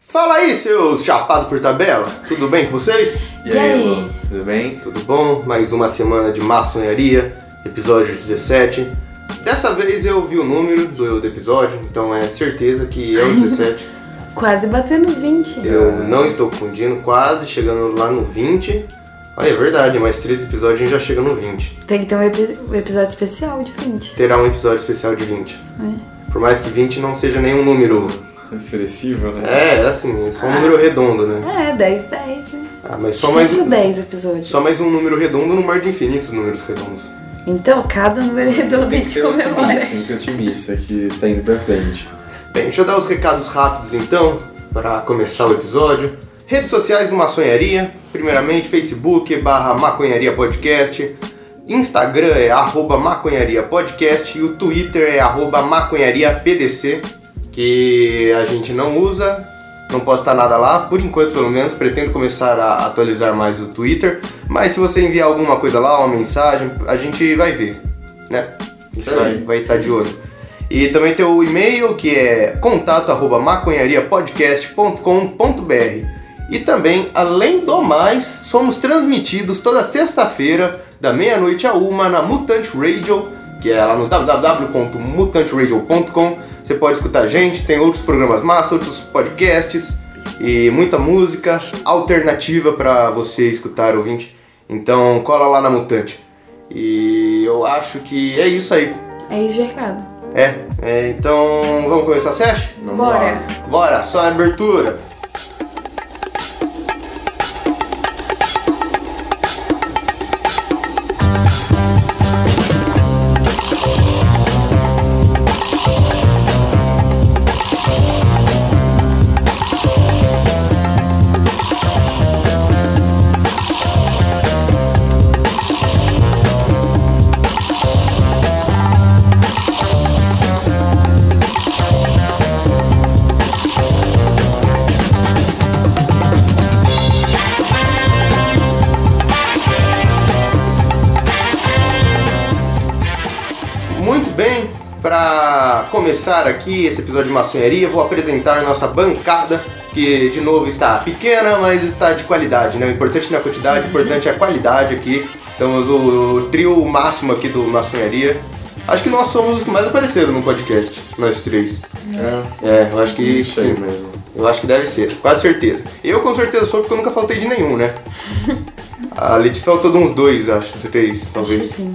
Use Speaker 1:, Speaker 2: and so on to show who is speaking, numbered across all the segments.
Speaker 1: Fala aí, seus chapados por tabela, tudo bem com vocês?
Speaker 2: E aí,
Speaker 3: E aí?
Speaker 2: Luan, tudo bem?
Speaker 1: Tudo bom? Mais uma semana de maçonharia, episódio 17. Dessa vez eu vi o número do, do episódio, então é certeza que é o 17.
Speaker 3: Quase batendo os 20.
Speaker 1: eu não estou confundindo, quase chegando lá no 20. Olha, é verdade, mais três episódios a gente já chega no 20.
Speaker 3: Tem que ter um, epi- um episódio especial de É. 20.
Speaker 1: Terá um episódio especial de 20. Por mais que 20 não seja nenhum número.
Speaker 2: Expressivo, né?
Speaker 1: É, é assim, é só um número redondo, né?
Speaker 3: É, 10, 10. Né?
Speaker 1: Ah, mas só mais,
Speaker 3: Difícil 10 episódios.
Speaker 1: só mais um número redondo no mar de infinitos números redondos.
Speaker 3: Então, cada número redondo a
Speaker 2: Tem que
Speaker 3: gente
Speaker 2: ser otimista,
Speaker 3: comemora.
Speaker 2: tem que ser otimista que tá indo pra frente.
Speaker 1: Bem, deixa eu dar os recados rápidos então, para começar o episódio. Redes sociais do Maçonharia, primeiramente Facebook barra Maconharia Podcast, Instagram é arroba Maconharia Podcast e o Twitter é arroba Maconharia PDC, que a gente não usa, não posta nada lá, por enquanto pelo menos, pretendo começar a atualizar mais o Twitter, mas se você enviar alguma coisa lá, uma mensagem, a gente vai ver, né?
Speaker 2: Isso aí.
Speaker 1: Vai, vai estar de olho. E também tem o e-mail que é contato@maconhariapodcast.com.br. E também, além do mais, somos transmitidos toda sexta-feira da meia-noite a uma na Mutante Radio, que é lá no www.mutanteradio.com. Você pode escutar a gente, tem outros programas massa, outros podcasts e muita música alternativa para você escutar ouvinte. Então, cola lá na Mutante. E eu acho que é isso aí.
Speaker 3: É isso de recado.
Speaker 1: É, é, então vamos começar a session?
Speaker 2: Vamos
Speaker 3: Bora.
Speaker 2: lá.
Speaker 1: Bora, só a abertura. Muito bem, para começar aqui esse episódio de maçonharia, vou apresentar a nossa bancada, que de novo está pequena, mas está de qualidade, né? O importante não é a quantidade, o importante é a qualidade aqui. Estamos o, o trio máximo aqui do maçonharia. Acho que nós somos os que mais apareceram no podcast, nós três.
Speaker 2: É,
Speaker 1: É, eu acho que
Speaker 2: isso aí
Speaker 1: sim.
Speaker 2: mesmo.
Speaker 1: Eu acho que deve ser, quase certeza. Eu com certeza sou porque eu nunca faltei de nenhum, né? A Letícia faltou de uns dois, acho, três, talvez.
Speaker 3: Acho que sim.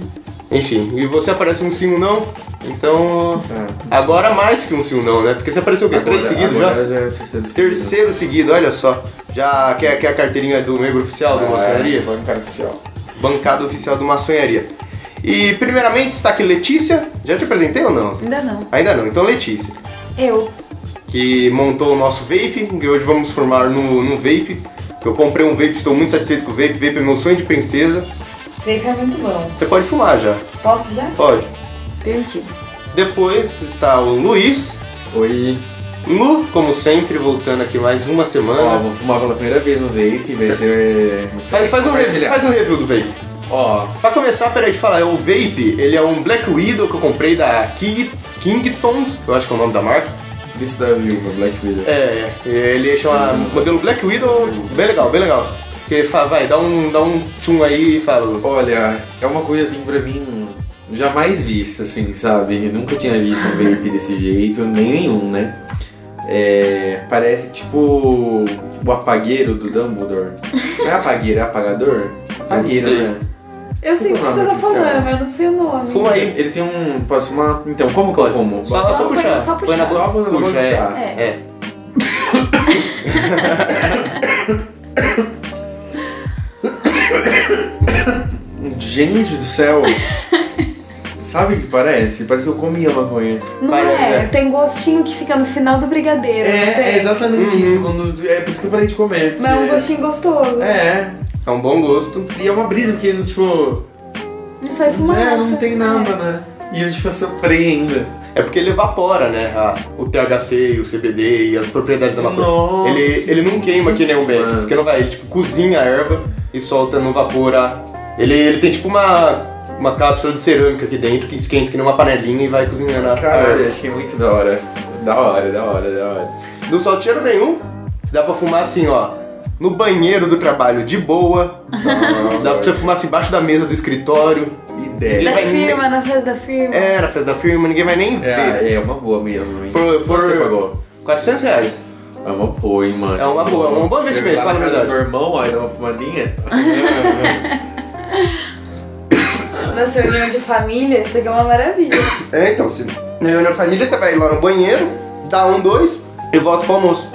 Speaker 1: Enfim, e você aparece um sim um não, então.
Speaker 2: É.
Speaker 1: Agora mais que um sim um não, né? Porque você apareceu o quê? Três seguidos já?
Speaker 2: agora já é o terceiro seguido.
Speaker 1: Terceiro seguido, olha só. Já quer, quer a carteirinha do membro oficial do maçonharia?
Speaker 2: É, bancário oficial.
Speaker 1: Bancada oficial do maçonharia. E primeiramente está aqui Letícia. Já te apresentei ou não?
Speaker 3: Ainda não.
Speaker 1: Ainda não, então Letícia.
Speaker 3: Eu.
Speaker 1: que montou o nosso vape, que hoje vamos formar no, no vape. Eu comprei um vape, estou muito satisfeito com o vape. Vape é meu sonho de princesa.
Speaker 3: Veio é muito bom.
Speaker 1: Você pode fumar já,
Speaker 3: Posso já?
Speaker 1: pode.
Speaker 3: Permitido.
Speaker 1: Depois está o Luiz.
Speaker 2: Oi.
Speaker 1: Lu, como sempre, voltando aqui mais uma
Speaker 2: Ó,
Speaker 1: semana.
Speaker 2: vou fumar pela primeira vez no vape, vai ser... uma
Speaker 1: Faz, faz, um, review,
Speaker 2: experiência
Speaker 1: faz um review do vape.
Speaker 2: compartilhada. Ó,
Speaker 1: Pra começar, peraí, deixa eu falar, o vape, ele é um Black Widow que eu comprei da King, Kington, eu acho que é o nome da marca.
Speaker 2: isso da viúva, Black Widow.
Speaker 1: É, ele chama modelo Black Widow, bem legal, bem legal. Porque fala, vai, dá um, dá um tchum aí e fala,
Speaker 2: Olha, é uma coisa assim pra mim jamais vista, assim, sabe? Eu nunca tinha visto um vape desse jeito, nem nenhum, né? É, parece tipo o apagueiro do Dumbledore. Não é apagueiro, é apagador? Apagueiro,
Speaker 1: Não sei.
Speaker 2: né?
Speaker 3: Eu sei o que
Speaker 2: Como é o
Speaker 3: você
Speaker 2: nome
Speaker 3: tá
Speaker 2: oficial?
Speaker 3: falando, mas eu não sei o nome.
Speaker 1: Fuma aí.
Speaker 2: Ele tem um. Posso fumar? Então, como que eu fumo?
Speaker 1: Só,
Speaker 3: Só
Speaker 1: só
Speaker 3: põe-
Speaker 1: puxar.
Speaker 3: só
Speaker 1: Põe na
Speaker 2: só
Speaker 1: boca,
Speaker 2: vou puxar.
Speaker 1: puxa, é.
Speaker 3: É.
Speaker 1: É.
Speaker 2: Gente do céu! Sabe o que parece? Parece que eu comi a maconha.
Speaker 3: Não
Speaker 1: Vai,
Speaker 3: é,
Speaker 1: né?
Speaker 3: tem gostinho que fica no final do brigadeiro. não tem?
Speaker 2: É, é exatamente
Speaker 1: Uhum.
Speaker 2: isso. Quando, é por isso que eu parei de comer.
Speaker 3: Mas é um
Speaker 2: porque-
Speaker 3: gostinho gostoso.
Speaker 2: É,
Speaker 1: É um bom gosto.
Speaker 2: e é uma brisa, porque, tipo,
Speaker 3: Não sai fumaça.
Speaker 2: É, não tem nada, né? E ele tipo, surpreende.
Speaker 1: É porque ele evapora, né? a- o THC e o CBD e as propriedades da maconha.
Speaker 2: Nossa,
Speaker 1: ele,
Speaker 2: que
Speaker 1: ele não queima que nem um beck,
Speaker 2: mano.
Speaker 1: porque não vai. Ele tipo cozinha a erva e solta no vapor a. Ele, ele tem tipo uma, uma cápsula de cerâmica aqui dentro que esquenta que nem uma panelinha e vai cozinhando a a
Speaker 2: Caralho, é
Speaker 1: erva.
Speaker 2: achei muito da hora. Da hora, da hora, da hora.
Speaker 1: Não solta cheiro nenhum. Dá pra fumar assim, ó. No banheiro do trabalho, de boa. Dá pra você fumar assim, embaixo da mesa do escritório.
Speaker 2: Ideia.
Speaker 3: É. Da
Speaker 1: vai ser-
Speaker 3: firma, na festa da firma.
Speaker 1: É, na festa da firma, ninguém vai nem ver.
Speaker 2: É, é uma boa mesmo, hein?
Speaker 1: For- for-
Speaker 2: Quanto você pagou?
Speaker 1: 400 reais.
Speaker 2: É uma boa, hein, mano.
Speaker 1: É uma boa, é um bom investimento,
Speaker 2: Lá
Speaker 1: fala a
Speaker 2: na casa do
Speaker 1: verdade.
Speaker 2: meu irmão, aí dá uma fumadinha. tipo
Speaker 3: Na sua reunião de família, isso aqui é uma maravilha.
Speaker 1: É, então, se na reunião de família, você vai lá no banheiro, dá um, dois e volta pro almoço.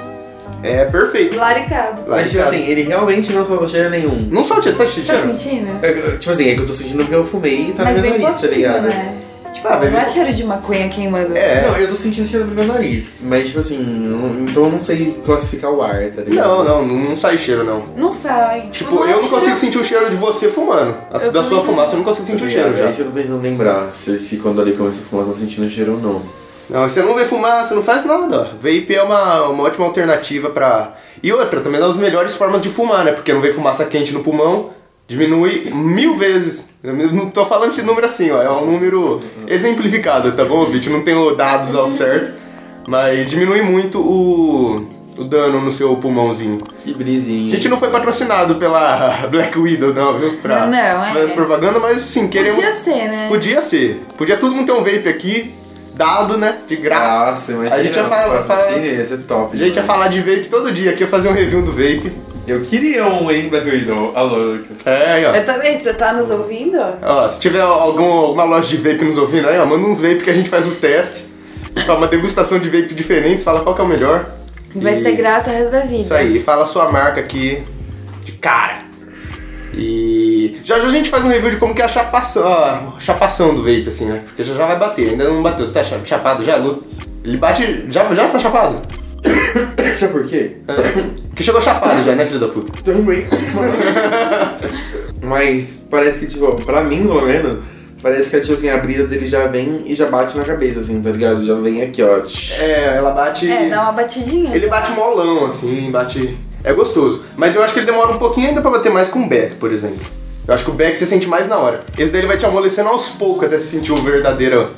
Speaker 1: É perfeito.
Speaker 3: Laricado.
Speaker 1: Lá
Speaker 2: Mas,
Speaker 1: de
Speaker 2: tipo
Speaker 1: casa.
Speaker 2: assim, ele realmente não solta cheiro nenhum.
Speaker 1: Não só o cheiro, sabe o
Speaker 3: Tá
Speaker 1: cheiro?
Speaker 3: sentindo?
Speaker 2: É, é, Tipo assim, é que eu tô sentindo porque eu fumei e tá
Speaker 3: Mas
Speaker 2: no meu
Speaker 3: bem
Speaker 2: nariz, tá
Speaker 3: pouquinho,
Speaker 2: ligado?
Speaker 3: né? Tipo,
Speaker 1: Ah, bem-
Speaker 3: não é cheiro de maconha queimando.
Speaker 1: É.
Speaker 2: Não, eu tô sentindo cheiro no meu nariz. Mas, tipo assim, não- então eu não sei classificar o ar, tá ligado?
Speaker 1: Não, não, não sai cheiro, não.
Speaker 3: Não sai.
Speaker 1: Tipo,
Speaker 3: Não é
Speaker 1: eu não
Speaker 3: cheiro-
Speaker 1: consigo sentir o cheiro de você fumando. A-
Speaker 3: Eu
Speaker 1: da sua
Speaker 3: também.
Speaker 1: fumaça, eu não consigo sentir o cheiro já.
Speaker 2: Gente, eu tô tentando lembrar se, se quando ali começa a fumar, eu tô sentindo cheiro ou não.
Speaker 1: Não, você não vê fumaça, não faz nada. ó. Vape é uma, uma ótima alternativa pra. E outra, também é uma das melhores formas de fumar, né? Porque não vê fumaça quente no pulmão, diminui mil vezes. Eu não tô falando esse número assim, ó. É um número exemplificado, tá bom, Vit? Não tenho dados ao certo, mas diminui muito o, o dano no seu pulmãozinho.
Speaker 2: Que
Speaker 1: A
Speaker 2: brisinha.
Speaker 1: gente não foi patrocinado pela Black Widow, não, viu? Pra
Speaker 3: Não, é.
Speaker 1: fazer propaganda, mas sim, queremos.
Speaker 3: Podia ser, né?
Speaker 1: Podia ser. Podia todo mundo ter um vape aqui, dado, né? De graça.
Speaker 2: Nossa, imagina.
Speaker 1: A gente ia falar-
Speaker 2: patrocínio Ia ser top.
Speaker 1: A gente ia
Speaker 2: demais.
Speaker 1: falar de vape todo dia aqui, ia fazer um review do vape.
Speaker 2: Eu queria um, hein, Black Widow. Alô, Luca.
Speaker 1: É, aí, ó.
Speaker 3: Eu também, você tá nos ouvindo?
Speaker 1: Ó, se tiver algum, alguma loja de vape nos ouvindo aí, ó, manda uns vape que a gente faz os testes. A gente Faz uma degustação de vape diferentes, fala qual que é o melhor.
Speaker 3: Vai
Speaker 1: E-
Speaker 3: ser grato o resto da vida.
Speaker 1: Isso aí, e fala a sua marca aqui de cara. E já já a gente faz um review de como que é a chapação, a chapação do vape, assim, né? Porque já já vai bater, ainda não bateu. Você tá cha- chapado já, Lu? Ele bate. Já, já tá chapado?
Speaker 2: Sabe por quê?
Speaker 1: Porque chegou chapado já, né, filho da puta?
Speaker 2: Também. Mas parece que, tipo, pra mim, pelo menos, parece que, tipo assim, a brisa dele já vem e já bate na cabeça, assim, tá ligado? Já vem aqui, ó.
Speaker 1: É, ela bate.
Speaker 3: É, dá uma batidinha.
Speaker 1: Ele bate molão, assim, bate. É gostoso. Mas eu acho que ele demora um pouquinho ainda pra bater mais com o Beck, por exemplo. Eu acho que o Beck você sente mais na hora. Esse daí ele vai te amolecendo aos poucos até você sentir o verdadeiro.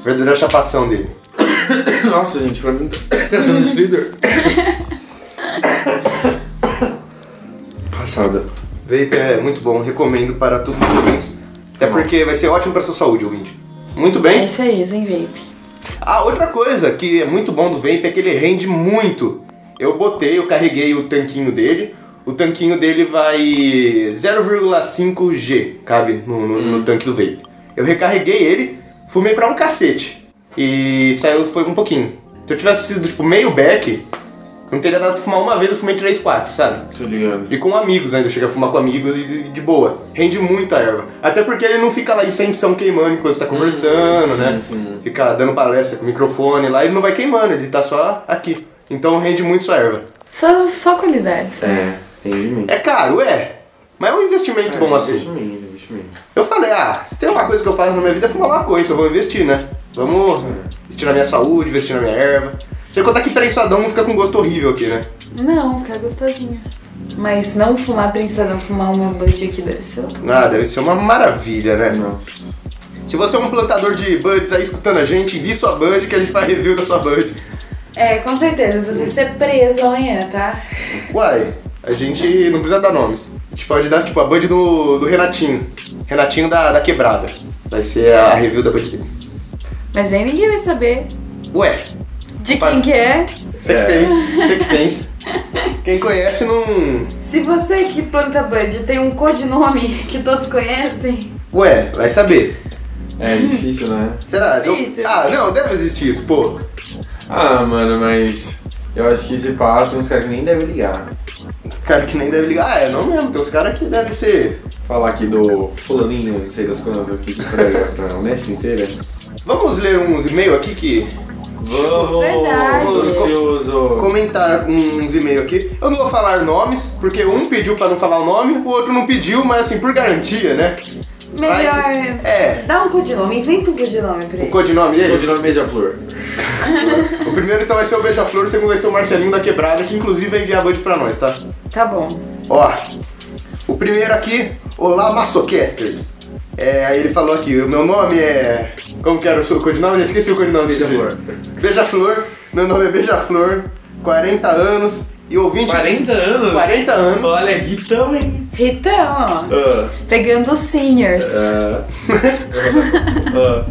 Speaker 1: a verdadeira chapação dele.
Speaker 2: Nossa, gente, pra mim tá sendo destruidor. Passada.
Speaker 1: Vape é muito bom, recomendo para todos os ouvintes. Até porque vai ser ótimo pra sua saúde, ouvinte. Muito
Speaker 3: É
Speaker 1: bem.
Speaker 3: isso aí, Zen Vape.
Speaker 1: Ah, outra coisa que é muito bom do vape é que ele rende muito. Eu botei, eu carreguei o tanquinho dele. O tanquinho dele vai 0,5 G, cabe no, no- no tanque do vape. Eu recarreguei ele, fumei pra um cacete. E saiu, foi um pouquinho. Se eu tivesse sido tipo meio back, não teria dado pra fumar uma vez, eu fumei 3, 4, sabe?
Speaker 2: Tô ligado.
Speaker 1: E com amigos ainda, chega a fumar com amigos e de- de boa. Rende muito a erva. Até porque ele não fica lá incensão queimando enquanto você tá conversando, né?
Speaker 2: Hum, sim.
Speaker 1: Fica dando palestra com o microfone lá, ele não vai queimando, ele tá só aqui. Então rende muito sua erva.
Speaker 3: Só, só qualidades. né?
Speaker 2: É, rendimento.
Speaker 1: É caro, é. Mas é um investimento bom assim.
Speaker 2: Investimento, é investimento.
Speaker 1: Eu falei, ah, se tem uma coisa que eu faço na minha vida é fumar maconha, então eu vou investir, né?
Speaker 2: É.
Speaker 1: Vamos investir na minha saúde, investir na minha erva. Você contar que prensadão fica com gosto horrível aqui, né?
Speaker 3: Não, fica gostosinho. Mas não fumar prensadão, fumar uma bud aqui deve ser outro.
Speaker 1: Ah, deve ser uma maravilha, né?
Speaker 2: Nossa.
Speaker 1: Se você é um plantador de buds aí escutando a gente, envie sua bud que a gente faz review da sua bud.
Speaker 3: É, com certeza. Você ser preso amanhã, tá?
Speaker 1: Uai, a gente não precisa dar nomes. A gente pode dar tipo a bud do, do Renatinho. Renatinho da, da quebrada. Vai ser a review da bud dele.
Speaker 3: Mas aí ninguém vai saber
Speaker 1: Ué,
Speaker 3: de quem que é.
Speaker 1: você que
Speaker 2: É.
Speaker 1: pensa, você que pensa. Quem conhece não.
Speaker 3: Se você que planta bud tem um codinome que todos conhecem,
Speaker 1: Ué, vai saber.
Speaker 2: É difícil, né?
Speaker 1: Será? Eu-
Speaker 3: Difícil.
Speaker 1: Ah, não, deve existir isso, pô.
Speaker 2: Ah, mano, mas eu acho que esse pá tem uns caras que nem devem ligar.
Speaker 1: Os caras que nem devem ligar. Ah, é, não mesmo. Tem uns caras que devem ser.
Speaker 2: Falar aqui do fulaninho, não sei das coisas, aqui pra, pra Unesco inteira.
Speaker 1: Vamos ler uns e-mail aqui que
Speaker 2: Vamos!
Speaker 3: Verdade.
Speaker 2: Ansioso!
Speaker 1: comentar uns e-mails aqui. Eu não vou falar nomes, porque um pediu pra não falar o nome, o outro não pediu, mas assim, por garantia, né? Vai
Speaker 3: melhor.
Speaker 1: que- É.
Speaker 3: Dá um codinome, inventa um codinome pra
Speaker 1: O
Speaker 3: ele.
Speaker 1: codinome
Speaker 2: Tô
Speaker 1: dele?
Speaker 2: de nome Beija-Flor.
Speaker 1: O primeiro então vai ser o Beija-Flor, o segundo vai ser o Marcelinho da Quebrada, que inclusive vai enviar bud pra nós, tá?
Speaker 3: Tá bom.
Speaker 1: Ó, o primeiro aqui, Olá Massocasters. É, aí ele falou aqui, o meu nome é. Como que era o seu codinome? Eu esqueci o codinome desse
Speaker 2: Beija-Flor.
Speaker 1: jeito. Beija-Flor, meu nome é Beija-Flor, 40 anos, E ouvinte.
Speaker 2: 40 anos?
Speaker 1: 40 anos.
Speaker 2: Olha, Guitão, hein?
Speaker 3: Então,
Speaker 2: Ah,
Speaker 3: ó, pegando os seniors.
Speaker 2: ah, ah.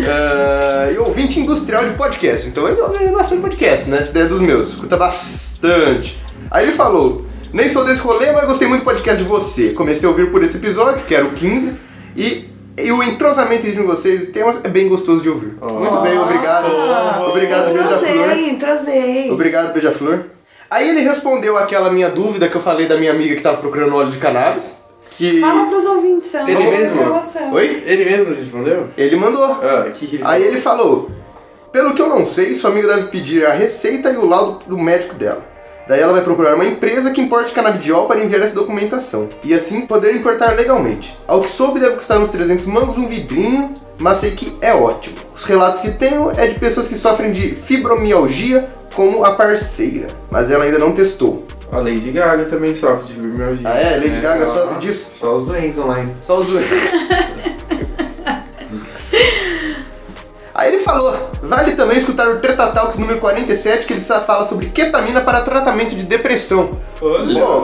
Speaker 1: Ah, e ouvinte industrial de podcast. Então ele ouve bastante podcast, né? Essa ideia dos meus. Escuta bastante. Aí ele falou: Nem sou desse rolê, mas gostei muito do podcast de você. Comecei a ouvir por esse episódio, que era o 15. E, e o entrosamento entre vocês e temas é bem gostoso de ouvir.
Speaker 2: Oh.
Speaker 1: Muito bem, obrigado.
Speaker 3: Oh.
Speaker 2: É,
Speaker 1: Obrigado, beija-flor.
Speaker 2: né?
Speaker 3: Trazei, trazei.
Speaker 1: Obrigado, beija-flor. Aí ele respondeu aquela minha dúvida que eu falei da minha amiga que tava procurando óleo de cannabis. Que.
Speaker 3: Fala um pros ouvintes, Sam.
Speaker 2: Ele
Speaker 3: Vamos
Speaker 2: mesmo?
Speaker 3: pra você.
Speaker 1: Oi?
Speaker 2: Ele mesmo respondeu?
Speaker 1: Ele mandou.
Speaker 2: Ah, que que ele
Speaker 1: Aí ele falou: Pelo que eu não sei, sua amiga deve pedir a receita e o laudo do médico dela. Daí ela vai procurar uma empresa que importe canabidiol para enviar essa documentação e assim poder importar legalmente. Ao que soube, deve custar uns 300 mangos um vidrinho, mas sei que é ótimo. Os relatos que tenho é de pessoas que sofrem de fibromialgia, como a parceira, mas ela ainda não testou.
Speaker 2: A Lady Gaga também sofre de fibromialgia.
Speaker 1: Ah, é? Lady Gaga
Speaker 2: ela-
Speaker 1: sofre disso?
Speaker 2: Só os doentes online.
Speaker 1: Só os dois. Aí ele falou, vale também escutar o Treta Talks número 47, que ele só fala sobre ketamina para tratamento de depressão. Pô,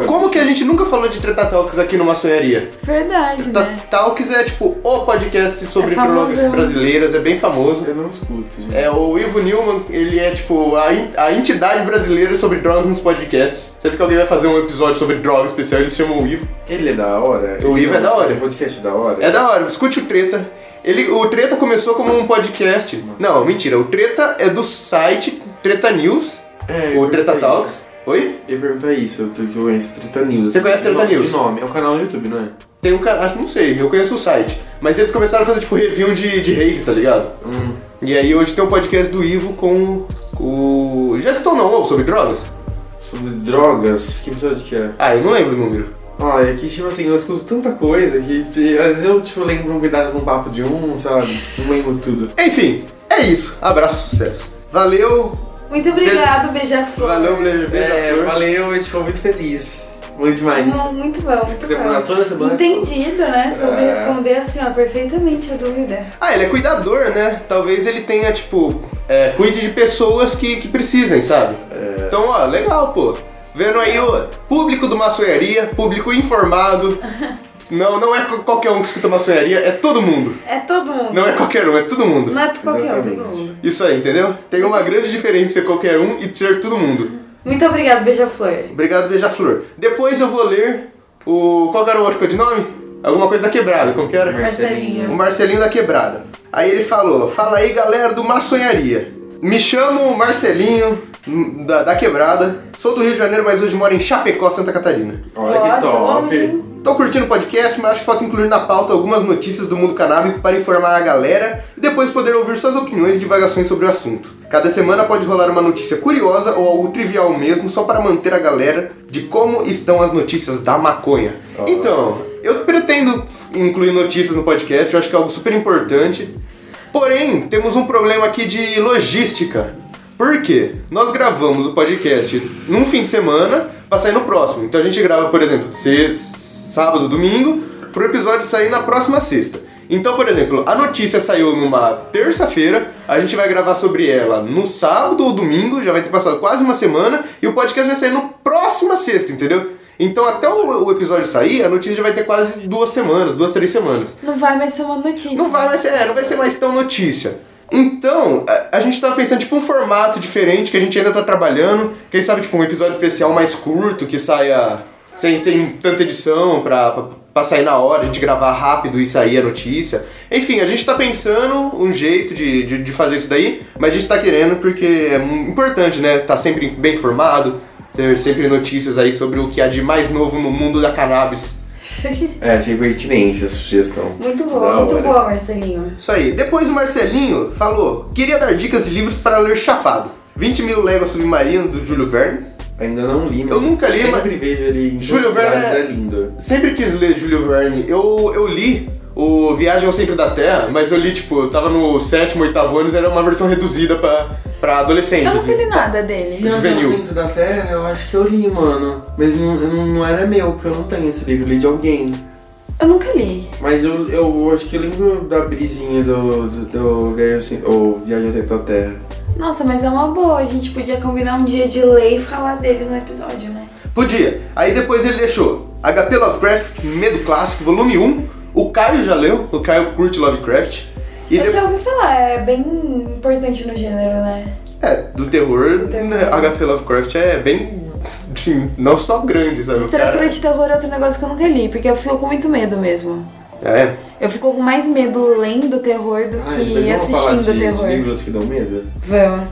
Speaker 1: como que a gente nunca falou de Treta Talks aqui numa sonharia?
Speaker 3: Verdade,
Speaker 2: Tá.
Speaker 1: Treta
Speaker 3: né?
Speaker 1: Talks é tipo o podcast sobre
Speaker 3: É famosão.
Speaker 1: drogas brasileiras, é bem famoso.
Speaker 2: Eu não escuto, gente.
Speaker 1: É, o Ivo Newman, ele é tipo a, en- a entidade brasileira sobre drogas nos podcasts. Sempre que alguém vai fazer um episódio sobre drogas especial, eles chamam o Ivo.
Speaker 2: Ele é da hora.
Speaker 1: O Ivo é da hora.
Speaker 2: Esse podcast é da hora.
Speaker 1: É da hora, escute o Treta. Ele, o Treta começou como um podcast. Não, mentira. O Treta é do site Treta News,
Speaker 2: É, eu
Speaker 1: o Treta
Speaker 2: perguntei
Speaker 1: Talks.
Speaker 2: isso.
Speaker 1: Oi?
Speaker 2: Eu perguntei isso, eu tô que eu conheço Treta News.
Speaker 1: Você conhece
Speaker 2: De
Speaker 1: Treta
Speaker 2: nome-
Speaker 1: News?
Speaker 2: De nome, é um canal no YouTube, não é?
Speaker 1: Tem um cara, acho não sei, eu conheço o site. Mas eles começaram a fazer tipo review de, de rave, tá ligado?
Speaker 2: Hum.
Speaker 1: E aí hoje tem um podcast do Ivo com o. Já citou não, ou sobre drogas?
Speaker 2: Sobre drogas, que episódio que é?
Speaker 1: Ah, eu não lembro o número.
Speaker 2: Ó, é que tipo assim, eu escuto tanta coisa que que às vezes eu tipo lembro um pedaço de um papo de um, sabe? Não lembro tudo.
Speaker 1: Enfim, é isso. Abraço, sucesso. Valeu,
Speaker 3: Muito obrigado, beija-flor.
Speaker 1: valeu, beijo,
Speaker 2: É,
Speaker 1: beijo.
Speaker 2: valeu, eu fico muito feliz. Muito demais.
Speaker 3: Não, Muito bom,
Speaker 2: Se quiser
Speaker 3: muito
Speaker 2: mandar
Speaker 3: bom.
Speaker 2: toda semana.
Speaker 3: Entendido, né? Soube
Speaker 2: É.
Speaker 3: responder assim, ó, perfeitamente a dúvida.
Speaker 1: Ah, ele é cuidador, né? Talvez ele tenha, tipo, é, cuide de pessoas que, que precisem, sabe?
Speaker 2: É,
Speaker 1: Então, ó, legal, pô. Vendo aí o público do maçonharia, público informado. não, não é co- qualquer um que escuta maçonharia, é todo mundo.
Speaker 3: É todo mundo.
Speaker 1: Não é qualquer um, é todo mundo.
Speaker 3: Não é qualquer um, todo
Speaker 2: Exatamente.
Speaker 3: mundo.
Speaker 1: Isso aí, entendeu? Tem uma grande diferença entre qualquer um e ser todo mundo.
Speaker 3: Muito obrigado, beija-flor.
Speaker 1: Obrigado, Beija-Flor. Depois eu vou ler o. Qual que era o outro codinome? Alguma coisa da quebrada, como que era? O
Speaker 3: Marcelinho.
Speaker 1: Marcelinho da Quebrada. Aí ele falou: Fala aí galera do Maçonharia. Me chamo Marcelinho hum, da, da Quebrada. Sou do Rio de Janeiro, mas hoje moro em Chapecó, Santa Catarina.
Speaker 2: Olha que top.
Speaker 3: hein?
Speaker 1: Tô curtindo o podcast, mas acho que falta incluir na pauta algumas notícias do mundo canábico para informar a galera e depois poder ouvir suas opiniões e divagações sobre o assunto. Cada semana pode rolar uma notícia curiosa ou algo trivial mesmo, só para manter a galera de como estão as notícias da maconha.
Speaker 2: Ah.
Speaker 1: Então, eu pretendo incluir notícias no podcast, eu acho que é algo super importante. Porém, temos um problema aqui de logística. Por quê? Nós gravamos o podcast num fim de semana pra sair no próximo. Então a gente grava, por exemplo, sexta, sábado, domingo, pro episódio sair na próxima sexta. Então, por exemplo, a notícia saiu numa terça-feira, a gente vai gravar sobre ela no sábado ou domingo, já vai ter passado quase uma semana, e o podcast vai sair no próxima sexta, entendeu? Então, até o o episódio sair, a notícia já vai ter quase duas semanas, duas, três semanas.
Speaker 3: Não vai mais ser uma notícia.
Speaker 1: Não vai mais ser, é, não vai ser mais tão notícia. Então, a, a gente tava pensando tipo um formato diferente que a gente ainda tá trabalhando. Quem sabe, tipo, um episódio especial mais curto que saia sem, sem tanta edição pra, pra, pra sair na hora, a gente gravar rápido e sair a notícia. Enfim, a gente tá pensando um jeito de, de, de fazer isso daí, mas a gente tá querendo porque é importante, né? Tá sempre bem informado, ter sempre notícias aí sobre o que há de mais novo no mundo da cannabis.
Speaker 2: É, achei pertinente essa sugestão.
Speaker 3: Muito
Speaker 2: Da
Speaker 3: boa, muito
Speaker 2: hora.
Speaker 3: boa, Marcelinho.
Speaker 1: Isso aí. Depois o Marcelinho falou: queria dar dicas de livros para ler chapado. 20 mil léguas submarinas do Júlio Verne.
Speaker 2: Ainda não li, mas
Speaker 1: Eu nunca li,
Speaker 2: sempre
Speaker 1: mas-
Speaker 2: vejo ele em todos
Speaker 1: Júlio
Speaker 2: os lugares,
Speaker 1: Verne
Speaker 2: é lindo.
Speaker 1: Sempre quis ler Júlio Verne. Eu, eu li o Viagem ao Centro da Terra, mas eu li, tipo, eu tava no sétimo, oitavo anos, era uma versão reduzida pra, pra
Speaker 3: Eu
Speaker 1: adolescentes.
Speaker 3: não li
Speaker 1: assim.
Speaker 3: nada dele.
Speaker 1: Não, Juvenil.
Speaker 2: No centro da Terra, eu acho que eu li, mano. Mas não, não, não era meu, porque eu não tenho esse livro, eu li de alguém.
Speaker 3: Eu nunca li.
Speaker 2: Mas eu, eu acho que eu lembro da brisinha do, do, do, Viagem ao Cen- ou Viagem ao Centro da Terra.
Speaker 3: Nossa, mas é uma boa. A gente podia combinar um dia de ler e falar dele no episódio, né?
Speaker 1: Podia. Aí depois ele deixou HP Lovecraft, Medo Clássico, volume 1. O Caio já leu, o Caio curte Lovecraft. E
Speaker 3: Eu
Speaker 1: de-
Speaker 3: já ouvi falar, é bem importante no gênero, né?
Speaker 1: É, do terror, né, HP Lovecraft é bem. Assim, não só grande, sabe? o
Speaker 3: Literatura
Speaker 1: cara?
Speaker 3: de terror é outro negócio que eu nunca li, porque eu fico com muito medo mesmo.
Speaker 1: É.
Speaker 3: Eu fico com mais medo lendo terror do
Speaker 2: Ah, depois
Speaker 3: que
Speaker 2: vamos falar
Speaker 3: assistindo
Speaker 2: de, de
Speaker 3: terror.
Speaker 2: livros que dão medo?
Speaker 3: Vamos.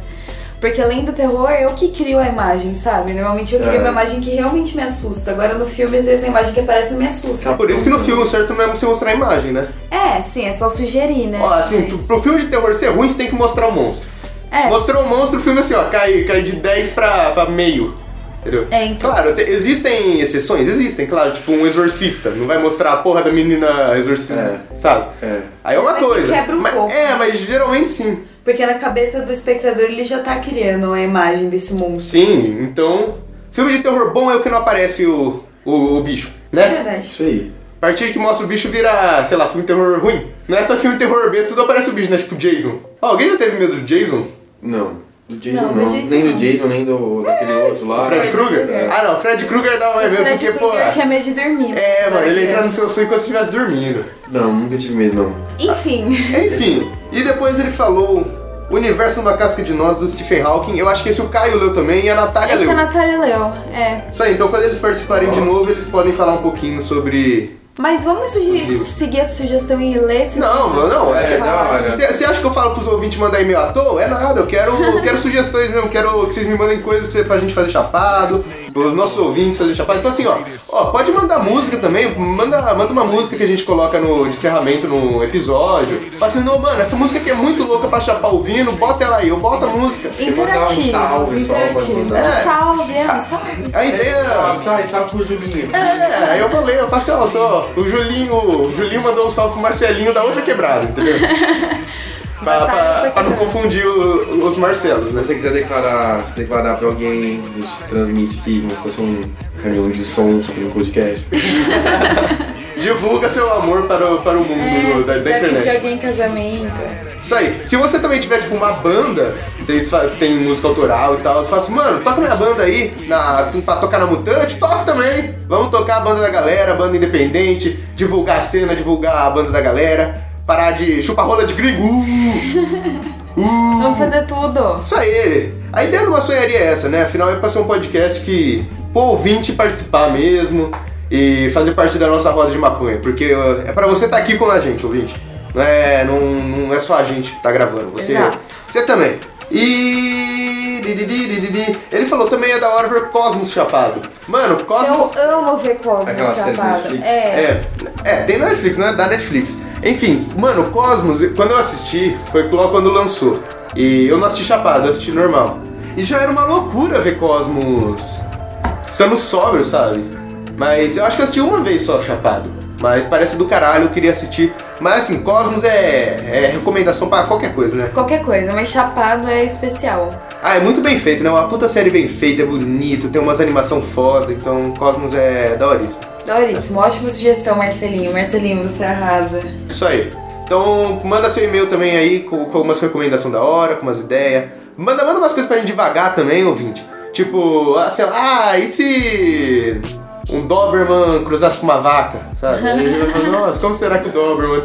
Speaker 3: Porque além do terror, eu que crio a imagem, sabe? Normalmente eu crio
Speaker 2: É.
Speaker 3: uma imagem que realmente me assusta. Agora no filme, às vezes a imagem que aparece não me assusta.
Speaker 1: Por isso que no filme o certo não é você mostrar a imagem, né?
Speaker 3: É, sim, é só sugerir, né?
Speaker 1: Ó, assim, tu-
Speaker 3: Mas-
Speaker 1: pro filme de terror ser ruim, você tem que mostrar o monstro.
Speaker 3: É.
Speaker 1: Mostrou o monstro, o filme assim, ó, cai, cai de 10 pra, pra meio. Entendeu?
Speaker 3: É, então.
Speaker 1: Claro, te- existem exceções, existem, claro, tipo um exorcista, não vai mostrar a porra da menina exorcista, sabe?
Speaker 2: É.
Speaker 1: Aí é uma
Speaker 3: Mas aí
Speaker 1: coisa.
Speaker 3: quebra um
Speaker 1: mas,
Speaker 3: pouco.
Speaker 1: É, mas geralmente sim.
Speaker 3: Porque na cabeça do espectador ele já tá criando a imagem desse monstro.
Speaker 1: Sim, então. Filme de terror bom é o que não aparece o, o, o bicho,
Speaker 3: É
Speaker 1: né?
Speaker 3: verdade.
Speaker 2: Isso aí.
Speaker 1: A partir que mostra o bicho vira, sei lá, filme de terror ruim. Não é só filme de terror B, tudo aparece o bicho, né? Tipo Jason. Ó, alguém já teve medo do Jason?
Speaker 2: Não. Do Jason
Speaker 3: Não,
Speaker 2: não.
Speaker 3: do Jason
Speaker 2: nem
Speaker 3: não. É,
Speaker 2: do Jason, nem do, daquele outro lá. É.
Speaker 1: O Fred
Speaker 3: Fred
Speaker 1: Krueger?
Speaker 3: Krueger.
Speaker 1: Ah não, Fred Krueger dá mais medo,
Speaker 3: Fred
Speaker 1: porque, pô.
Speaker 3: Krueger tinha medo de dormir. né,
Speaker 1: É,
Speaker 3: quando
Speaker 1: mano,
Speaker 3: era
Speaker 1: ele entra no
Speaker 3: criança.
Speaker 1: seu sonho como se estivesse dormindo.
Speaker 2: Não, nunca tive medo, não.
Speaker 3: Enfim.
Speaker 1: Enfim, e depois ele falou o Universo numa Casca de Nós, do Stephen Hawking. Eu acho que esse o Caio leu também e a Natália
Speaker 3: Esse
Speaker 1: leu.
Speaker 3: é Natália Leo, é.
Speaker 1: Isso aí, então quando eles participarem de novo, eles podem falar um pouquinho sobre...
Speaker 3: Mas vamos sugerir,
Speaker 1: Livros.
Speaker 3: seguir essa sugestão e ler esses
Speaker 1: Não,
Speaker 3: livros?
Speaker 1: não,
Speaker 2: É,
Speaker 1: é...
Speaker 2: da hora.
Speaker 1: Você acha que eu falo pros ouvintes mandar e-mail à toa? É nada, eu quero, eu quero sugestões mesmo, quero que vocês me mandem coisas pra, pra gente fazer chapado, pros nossos ouvintes fazer chapado. Então assim, ó, ó, pode mandar música também, manda, manda uma música que a gente coloca no de encerramento no episódio. Fala assim, não, mano, essa música aqui é muito louca pra chapar ouvindo, bota ela aí, eu boto a música.
Speaker 3: Interativos,
Speaker 2: mandar um salve só pra
Speaker 3: interativos.
Speaker 2: mandar.
Speaker 3: Um salve, é, um salve.
Speaker 1: A ideia...
Speaker 2: Salve, salve, salve pro Julinho.
Speaker 1: É, aí eu falei, eu falei assim, ó, só, o Julinho, o Julinho mandou um salve pro Marcelinho da outra quebrada, entendeu? pra,
Speaker 3: Batalha
Speaker 1: pra-
Speaker 3: outra
Speaker 1: pra não
Speaker 3: quebrada.
Speaker 1: confundir o- os Marcelos,
Speaker 2: Se
Speaker 1: né?
Speaker 2: você quiser declarar, se declarar pra alguém, a gente transmite aqui como se fosse um caminhão de som sobre um podcast.
Speaker 1: Divulga seu amor para o, para o mundo
Speaker 3: É, se
Speaker 1: da, da
Speaker 3: quiser pedir
Speaker 1: internet.
Speaker 3: alguém em casamento.
Speaker 1: Isso aí. Se você também tiver, tipo, uma banda, vocês fa- tem música autoral e tal, você fala assim, mano, toca minha banda aí na, pra tocar na Mutante, toca também. Vamos tocar a banda da galera, a banda independente, divulgar a cena, divulgar a banda da galera, parar de chupar rola de gringo. Uh! Uh!
Speaker 3: Vamos fazer tudo.
Speaker 1: Isso aí. A ideia de uma sonharia é essa, né? Afinal, é pra ser um podcast que o ouvinte participar mesmo e fazer parte da nossa roda de maconha. Porque ó, é pra você estar aqui com a gente, ouvinte. Não é, não, não é só a gente que tá gravando. Você,
Speaker 3: Exato.
Speaker 1: você também. E. di, di, di, di, di. Ele falou também é da hora ver Cosmos Chapado. Mano, Cosmos.
Speaker 3: Eu amo ver Cosmos
Speaker 2: Aquela série do
Speaker 3: chapado.
Speaker 2: Netflix.
Speaker 3: É.
Speaker 1: É, é, tem na Netflix, não é da Netflix. Enfim, mano, Cosmos, quando eu assisti, foi logo quando lançou. E eu não assisti chapado, eu assisti normal. E já era uma loucura ver Cosmos estando sóbrio, sabe? Mas eu acho que eu assisti uma vez só chapado. Mas parece do caralho, eu queria assistir. Mas assim, Cosmos é, é recomendação pra qualquer coisa, né?
Speaker 3: É, Qualquer coisa, mas chapado é especial.
Speaker 1: Ah, é muito bem feito, né? Uma puta série bem feita, é bonito, tem umas animação foda, então Cosmos é daoríssimo.
Speaker 3: Doríssimo, ótima sugestão, Marcelinho. Marcelinho, você arrasa.
Speaker 1: Isso aí. Então, manda seu e-mail também aí com, com algumas recomendações da hora, com umas ideias. Manda, manda umas coisas pra gente devagar também, ouvinte. Tipo, ah, sei lá, ah, e se um Doberman cruzasse com uma vaca, sabe? Aí a gente vai falar, nossa, como será que o Doberman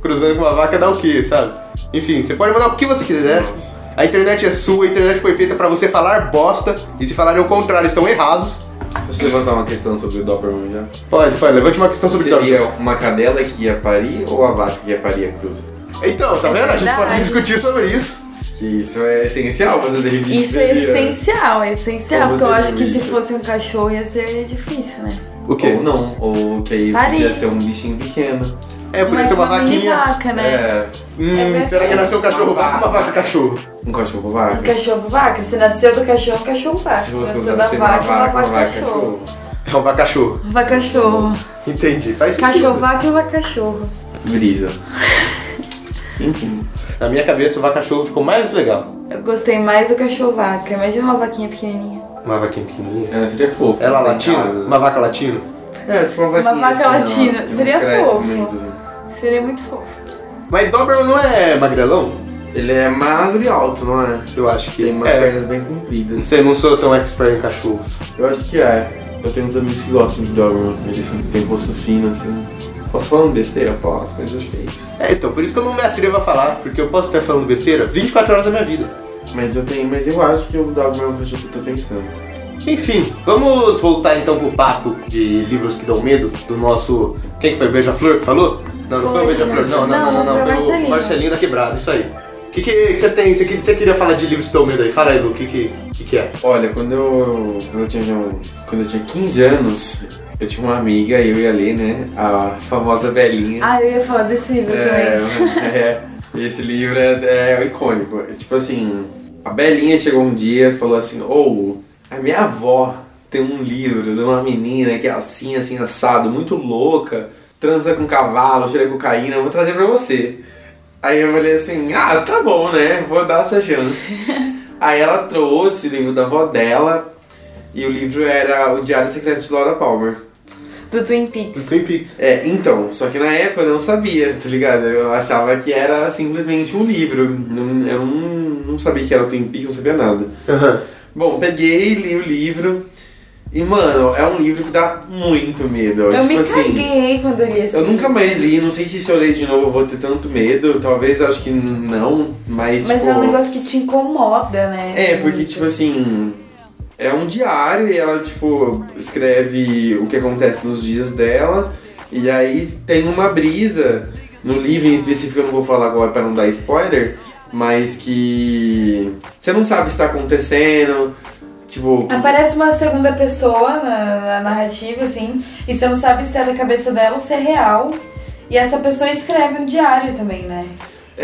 Speaker 1: cruzando com uma vaca dá o quê, sabe? Enfim, você pode mandar o que você quiser. A internet é sua, a internet foi feita pra você falar bosta, e se falarem o contrário, estão errados.
Speaker 2: Posso levantar uma questão sobre o Doberman já?
Speaker 1: Pode, pode, levante uma questão Então, sobre Doberman.
Speaker 2: Seria uma cadela que ia parir ou a vaca que ia parir a cruza?
Speaker 1: Então, tá vendo? A gente pode
Speaker 3: Verdade.
Speaker 1: discutir sobre isso.
Speaker 2: Que isso é essencial pra fazer revista.
Speaker 3: Isso é
Speaker 2: seria.
Speaker 3: essencial, é essencial,
Speaker 2: Como
Speaker 3: porque eu
Speaker 2: seria
Speaker 3: acho que
Speaker 2: isso?
Speaker 3: se fosse um cachorro ia ser difícil, né?
Speaker 1: O quê?
Speaker 2: Ou não, ou que aí
Speaker 3: Parir.
Speaker 2: podia ser um bichinho pequeno.
Speaker 1: É, por
Speaker 3: Mas
Speaker 1: isso é uma
Speaker 3: mini
Speaker 1: vaquinha.
Speaker 3: vaca, né?
Speaker 2: É,
Speaker 1: Hum,
Speaker 3: É verdade.
Speaker 1: será que nasceu um cachorro vaca ou uma vaca cachorro?
Speaker 2: um cachorro
Speaker 3: Um
Speaker 2: vaca.
Speaker 3: cachorro vaca, se nasceu do cachorro, um cachorro vaca. Se, nasceu da
Speaker 2: ser
Speaker 3: vaca, uma vaca, cachorro.
Speaker 1: É um vaca cachorro.
Speaker 3: Vaca cachorro.
Speaker 1: Entendi. Faz sentido.
Speaker 3: Cachorro vaca e vaca cachorro.
Speaker 2: tipo, Brisa. Enfim.
Speaker 1: Na minha cabeça, o vaca cachorro ficou mais legal.
Speaker 3: Eu gostei mais do cachorro vaca. Imagina uma vaquinha pequenininha.
Speaker 1: Uma vaquinha pequenininha.
Speaker 2: É, seria fofo.
Speaker 1: Ela
Speaker 2: Tem
Speaker 1: latina?
Speaker 2: casa.
Speaker 1: Uma vaca latina?
Speaker 2: É, tipo uma vaquinha.
Speaker 3: Uma vaca
Speaker 2: assim, ó,
Speaker 3: latina.
Speaker 2: que
Speaker 3: Seria
Speaker 2: não cresce
Speaker 3: fofo.
Speaker 2: muito, assim.
Speaker 3: Seria muito fofo.
Speaker 1: Mas Doberman não é magrelão?
Speaker 2: Ele é magro e alto, não é?
Speaker 1: Eu acho que.
Speaker 2: Tem umas
Speaker 1: é,
Speaker 2: pernas bem
Speaker 1: Não
Speaker 2: compridas.
Speaker 1: sei, não sou tão expert em cachorros.
Speaker 2: Eu acho que é. Eu tenho uns amigos que gostam de Doberman. Eles têm rosto fino, assim. Posso falar um besteira? Posso, mas acho que é isso.
Speaker 1: É, então, por isso que eu não me atrevo a falar, porque eu posso estar falando besteira 24 horas da minha vida.
Speaker 2: Mas eu tenho, mas eu acho que o Doberman é o cachorro que eu tô pensando.
Speaker 1: Enfim, vamos voltar então pro papo de livros que dão medo do nosso. Quem que foi? Beija-Flor que falou? Não, não foi, o
Speaker 3: Foi,
Speaker 1: Beija-Flor, não, não, não,
Speaker 3: não,
Speaker 1: não,
Speaker 3: foi
Speaker 1: foi
Speaker 3: o
Speaker 1: o
Speaker 3: Marcelinho.
Speaker 1: Marcelinho da Quebrada, isso aí. O que, que você tem? Você, que- você queria falar de livros que dão medo aí? Fala aí, Lu, o que, que, que, que é?
Speaker 2: Olha, quando eu, quando eu tinha um- quando eu tinha 15 anos, eu tinha uma amiga, eu e a Lê, né? A famosa Belinha.
Speaker 3: Ah, eu ia falar desse livro
Speaker 2: É, é, esse livro é, é icônico. É Tipo assim, a Belinha chegou um dia e falou assim: Ô, a minha avó tem um livro de uma menina que é assim, assim, assado, muito louca, transa com cavalo, cheira cocaína, eu vou trazer pra você. Aí eu falei assim: ah, tá bom, né? Vou dar essa chance. Aí ela trouxe o livro da avó dela e o livro era O Diário Secreto de Laura Palmer.
Speaker 3: também. Do Twin Peaks.
Speaker 1: Twin Peaks.
Speaker 2: É, então, só que na época eu não sabia, tá ligado? Eu achava que era simplesmente um livro. Não- eu não, não sabia que era o Twin Peaks, não sabia nada.
Speaker 1: Aham.
Speaker 2: Bom, peguei, li o livro. E, mano, é um livro que dá muito medo.
Speaker 3: Eu
Speaker 2: tipo
Speaker 3: me
Speaker 2: assim.
Speaker 3: caguei quando eu li esse
Speaker 2: Eu
Speaker 3: livro.
Speaker 2: nunca mais li, não sei que se eu ler de novo eu vou ter tanto medo. Talvez acho que não, mas.
Speaker 3: Mas
Speaker 2: tipo,
Speaker 3: é um negócio que te incomoda, né?
Speaker 2: é, porque, tipo assim, é um diário e ela, tipo, escreve o que acontece nos dias dela. E aí tem uma brisa no livro em específico, eu não vou falar agora pra não dar spoiler, mas que você não sabe se tá acontecendo, tipo...
Speaker 3: Aparece uma segunda pessoa na, na narrativa, assim, e você não sabe se é da cabeça dela ou se é real. E essa pessoa escreve um diário também, né?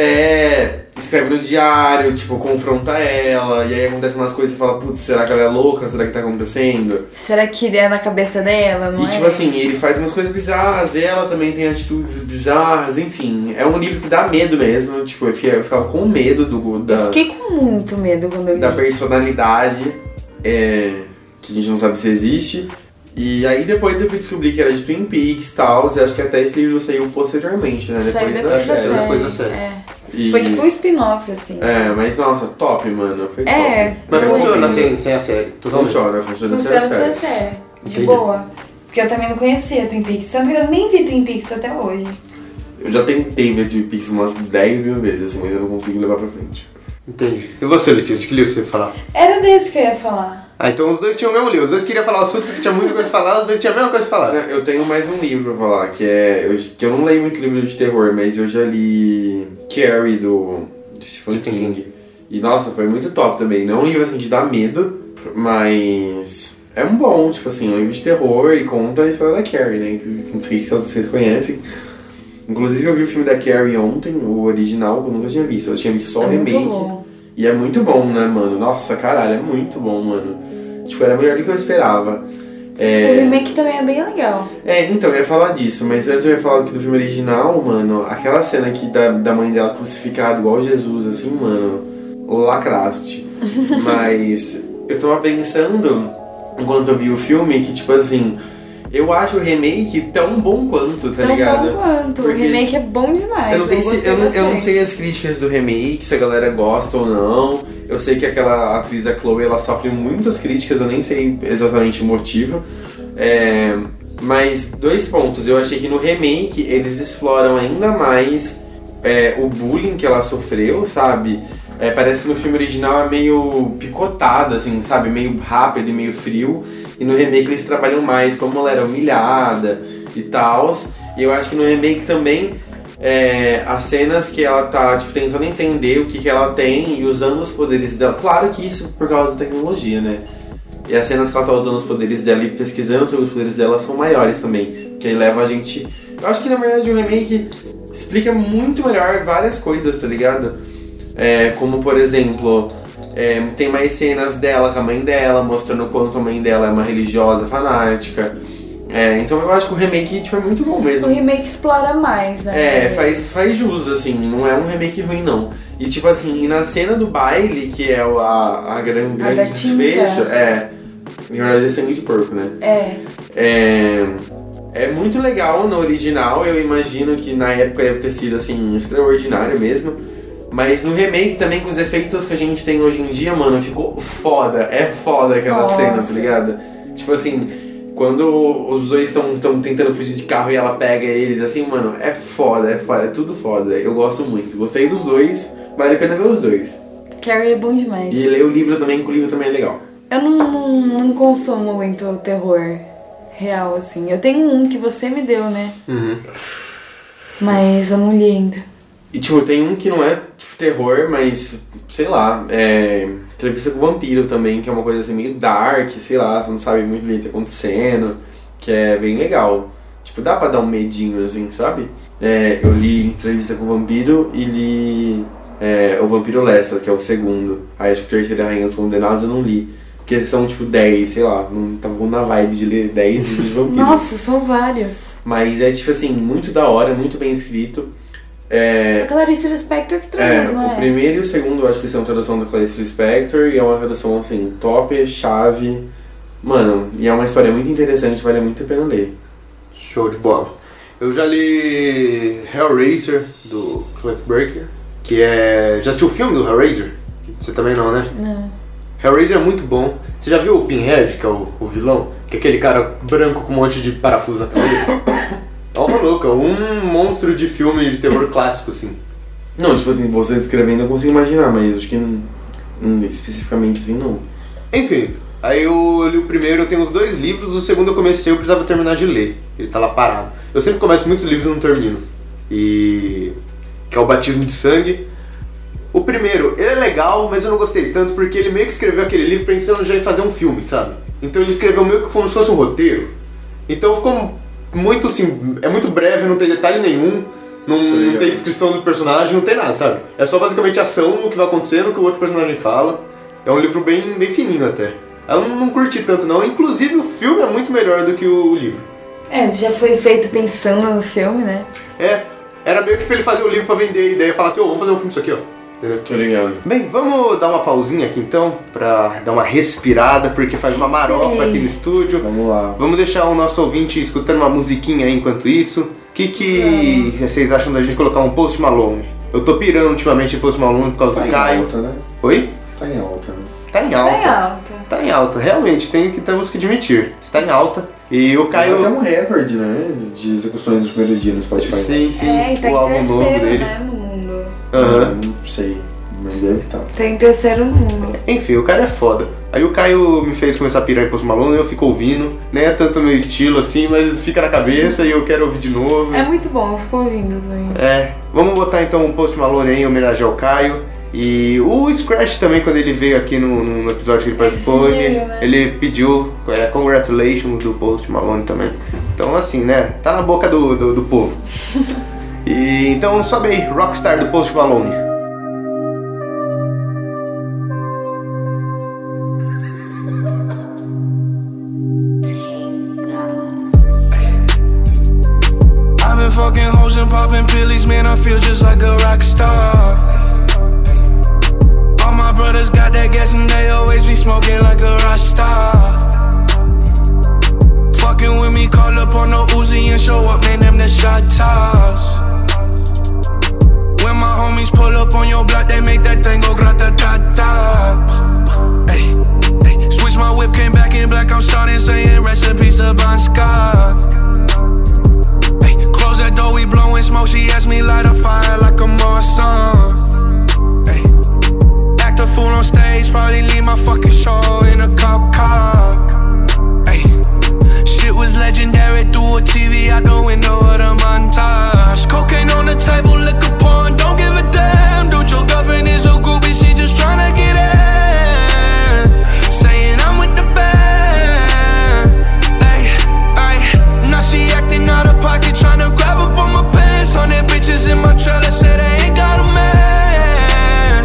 Speaker 2: É, escreve no diário, tipo, confronta ela, e aí acontece umas coisas e você fala, putz, será que ela é louca? Será que tá acontecendo?
Speaker 3: Será que é na cabeça dela, não
Speaker 2: E
Speaker 3: é?
Speaker 2: tipo assim, ele faz umas coisas bizarras, ela também tem atitudes bizarras, enfim. É um livro que dá medo mesmo, tipo, eu fi- eu ficava com medo do,
Speaker 3: Eu
Speaker 2: da,
Speaker 3: fiquei com muito medo quando eu li.
Speaker 2: da personalidade é, que a gente não sabe se existe. E aí depois eu fui descobrir que era de Twin Peaks e tal, e acho que até esse livro saiu posteriormente, né?
Speaker 3: Saiu
Speaker 2: da
Speaker 3: depois da
Speaker 2: série.
Speaker 1: série. Depois da
Speaker 3: É.
Speaker 2: E-
Speaker 3: Foi tipo um spin-off, assim.
Speaker 2: É, mas nossa, top, mano. Foi
Speaker 3: É,
Speaker 2: top.
Speaker 1: Mas
Speaker 2: Eu
Speaker 1: funciona
Speaker 2: recomendo.
Speaker 1: sem, sem a série. Totalmente.
Speaker 2: Funciona, funciona,
Speaker 3: Funciona
Speaker 2: sério,
Speaker 3: se
Speaker 2: sério.
Speaker 3: é sério. De
Speaker 1: Entendi.
Speaker 3: boa. Porque eu também não conhecia Twin Peaks. Tanto que eu nem vi Twin Peaks até hoje.
Speaker 2: Eu já tentei ver Twin Peaks umas 10 mil vezes, assim, mas eu não consigo levar pra frente.
Speaker 1: Entendi. E você, Letícia, de que livro você ia falar?
Speaker 3: Era desse que eu ia falar.
Speaker 1: Ah, então os dois tinham o mesmo livro. Os dois queriam falar o assunto porque tinha muita coisa pra falar, os dois tinham a mesma coisa pra falar.
Speaker 2: Eu tenho mais um livro pra falar, que é. Eu, que eu não leio muito livro de terror, mas eu já li Carrie do, do Stephen
Speaker 1: Stephen
Speaker 2: King. E nossa, foi muito top também. Não é um livro assim de dar medo, mas. É um bom, tipo assim, é um livro de terror e conta a história da Carrie, né? Que Não sei se vocês conhecem. Inclusive eu vi o filme da Carrie ontem, o original, que eu nunca tinha visto. Eu tinha visto só
Speaker 3: é
Speaker 2: o
Speaker 3: muito
Speaker 2: um remake.
Speaker 3: bom.
Speaker 2: E é muito bom, né, mano? Nossa, caralho, é muito bom, mano. Tipo, era melhor do que eu esperava.
Speaker 3: O
Speaker 2: É,
Speaker 3: remake também é bem legal.
Speaker 2: é, então, eu ia falar disso, mas antes eu ia falar aqui do filme original, mano. Aquela cena aqui da, da mãe dela crucificada igual Jesus, assim, mano. Lacraste. mas eu tava pensando, enquanto eu vi o filme, que, tipo assim, eu acho o remake tão bom quanto, tá
Speaker 3: Tão
Speaker 2: ligado?
Speaker 3: bom quanto.
Speaker 2: Porque-
Speaker 3: O remake é bom demais.
Speaker 2: Eu não, sei se,
Speaker 3: gostei
Speaker 2: eu, não, eu não
Speaker 3: bastante.
Speaker 2: sei as críticas do remake, se a galera gosta ou não. Eu sei que aquela atriz, a Chloe, ela sofre muitas críticas, eu nem sei exatamente o motivo. É, mas dois pontos. Eu achei que no remake eles exploram ainda mais é, o bullying que ela sofreu, sabe? É, parece que no filme original é meio picotado, assim, sabe? Meio rápido e meio frio. E no remake eles trabalham mais como ela era humilhada e tal. E eu acho que no remake também é, as cenas que ela tá tipo, tentando entender o que, que ela tem e usando os poderes dela. Claro que isso por causa da tecnologia, né? E as cenas que ela tá usando os poderes dela e pesquisando sobre os poderes dela são maiores também. Que aí leva a gente. Eu acho que na verdade o remake explica muito melhor várias coisas, tá ligado? É, como por exemplo, é, tem mais cenas dela com a mãe dela, mostrando o quanto a mãe dela é uma religiosa fanática. É, então eu acho que o remake tipo, é muito bom mesmo.
Speaker 3: O remake explora mais, né?
Speaker 2: É, faz, faz jus, assim, não é um remake ruim, não. E tipo assim, e na cena do baile, que é o- a, a gran-
Speaker 3: A da
Speaker 2: grande desfecho, é. Na verdade é sangue de porco, né?
Speaker 3: É.
Speaker 2: É, é muito legal no original, eu imagino que na época deve ter sido assim, extraordinário mesmo. Mas no remake também, com os efeitos que a gente tem hoje em dia, mano, ficou foda. É foda aquela
Speaker 3: Nossa.
Speaker 2: cena, tá ligado? Tipo assim, quando os dois estão tentando fugir de carro e ela pega eles, assim, mano, é foda, é foda, é tudo foda. Eu gosto muito. Gostei dos dois, vale a pena ver os dois.
Speaker 3: Carrie é bom demais.
Speaker 2: E ler o livro também, que o livro também é legal.
Speaker 3: Eu não, não, não consumo muito terror real, assim. Eu tenho um que você me deu, né?
Speaker 1: Uhum.
Speaker 3: Mas eu não li ainda.
Speaker 2: E tipo, tem um que não é tipo, terror, mas sei lá, é. Entrevista com o vampiro também, que é uma coisa assim meio dark, sei lá, você não sabe muito bem o que tá acontecendo, que é bem legal. Tipo, dá pra dar um medinho assim, sabe? É, eu li Entrevista com o Vampiro e li é, O Vampiro Lester, que é o segundo. Aí acho que o terceiro é a Rainha dos Condenados eu não li. Porque são tipo 10, sei lá, não tava na vibe de ler 10 livros de vampiro.
Speaker 3: Nossa, são vários.
Speaker 2: Mas é tipo assim, muito da hora, muito bem escrito. É,
Speaker 3: A Clarice Lispector que
Speaker 2: é,
Speaker 3: traduz, não
Speaker 2: o
Speaker 3: é?
Speaker 2: primeiro e o segundo eu acho que são tradução da Clarice Lispector e é uma tradução assim, top, chave. Mano, e é uma história muito interessante, vale muito a pena ler.
Speaker 1: Show de bola. Eu já li Hellraiser, do Cliff Barker, que é... Já assistiu o filme do Hellraiser? Você também não, né?
Speaker 3: Não.
Speaker 1: Hellraiser é muito bom. Você já viu o Pinhead, que é o, o vilão? Que é aquele cara branco com um monte de parafuso na cabeça? É uma louca, um monstro de filme de terror clássico, assim.
Speaker 2: Não, tipo assim, você descrevendo eu consigo imaginar, mas acho que hum, hum, especificamente assim não.
Speaker 1: Enfim, aí eu li o primeiro, eu tenho os dois livros, o segundo eu comecei, eu precisava terminar de ler. Ele tá lá parado. Eu sempre começo muitos livros e não termino. E. que é o Batismo de Sangue. O primeiro, ele é legal, mas eu não gostei tanto porque ele meio que escreveu aquele livro pensando já em fazer um filme, sabe? Então ele escreveu meio que como se fosse um roteiro. Então ficou muito assim, é muito breve, não tem detalhe nenhum, não,
Speaker 2: Sim,
Speaker 1: não tem
Speaker 2: é.
Speaker 1: descrição do personagem, não tem nada, sabe? É só basicamente ação, o que vai acontecendo, o que o outro personagem fala. É um livro bem, bem fininho até. Eu não, não curti tanto não, inclusive o filme é muito melhor do que o livro.
Speaker 3: É, já foi feito pensando no filme, né?
Speaker 1: É, era meio que pra ele fazer o livro pra vender a ideia e falar assim, ô, vamos fazer um filme disso aqui, ó. Entendeu?
Speaker 2: Tô ligado.
Speaker 1: Bem, vamos dar uma pausinha aqui então, pra dar uma respirada, porque faz uma
Speaker 3: Respirei.
Speaker 1: marofa aqui no estúdio.
Speaker 2: Vamos lá.
Speaker 1: Vamos deixar o nosso ouvinte escutando uma musiquinha aí enquanto isso. O que, que vocês acham da gente colocar um Post Malone? Eu tô pirando ultimamente Tá em Post Malone por causa do Caio.
Speaker 2: alta, né?
Speaker 1: Oi?
Speaker 2: Tá em alta, né?
Speaker 1: Tá em
Speaker 3: Bem
Speaker 1: alta.
Speaker 3: alta.
Speaker 1: Tá em alta, realmente, tem que, temos que admitir. Está em alta. E o
Speaker 2: Caiu. Até
Speaker 1: Caio.
Speaker 2: um recorde, né? De execuções no primeiro dia no Spotify.
Speaker 1: Sim, sim,
Speaker 3: é, e tá
Speaker 1: o
Speaker 3: em
Speaker 1: álbum novo
Speaker 3: terceiro,
Speaker 1: dele.
Speaker 3: né, no mundo.
Speaker 1: Aham.
Speaker 2: Não sei, mas deve estar.
Speaker 3: Tá em terceiro no mundo.
Speaker 1: Enfim, o cara é foda. Aí o Caio me fez começar a pirar em Post Malone, eu fico ouvindo. Não é tanto meu estilo assim, mas fica na cabeça e eu quero ouvir de novo.
Speaker 3: É muito bom, eu fico ouvindo também.
Speaker 1: É, vamos botar então um Post Malone aí em homenagem ao Caio. E o Scratch também, quando ele veio aqui no, no episódio que ele participou, ele,
Speaker 3: sugeriu, né?
Speaker 1: ele pediu é, congratulations do Post Malone também. Então assim, né, tá na boca do, do, do povo. e então sobe aí, Rockstar do Post Malone.
Speaker 4: I've been fucking hoes and popping pillies, man. I feel just like a rock star. All my brothers got that gas and they always be smoking like a rock star. Fucking with me, call up on the Uzi and show up, man. Them the shot toss. When my homies pull up on your block, they make that thing go grata ta ta. Ay, ay. Switch my whip, came back in black. I'm starting saying recipes to Bon Scott. Ay, Close that door, we blowing smoke. She asked me light a fire like I'm on sun. Ay, Act a fool on stage, probably leave my fucking show in a cop car. Ay, Shit was legendary through a TV out the window of the montage. Cocaine on the table, liquor porn, don't give a damn. Dude, your girlfriend is a groupie, she just tryna get in. Saying I'm with the band. Ay, ay, now she acting out of pocket, tryna grab up on my pants. On that bitches in my trailer, said I ain't got a man.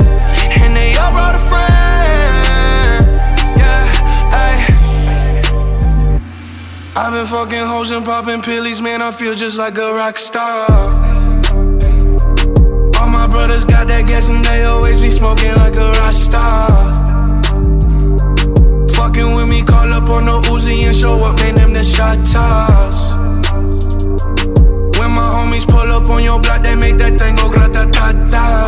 Speaker 4: And they all brought a friend. Yeah, ay. I've been fucking hoes and popping pillies, man. I feel just like a rock star. All my brothers got that gas and they always be smoking like a rock star. Fucking with me, call up on the Uzi and show up, man. Them the shot toss. When my homies pull up on your block, they make that thing go grata ta ta.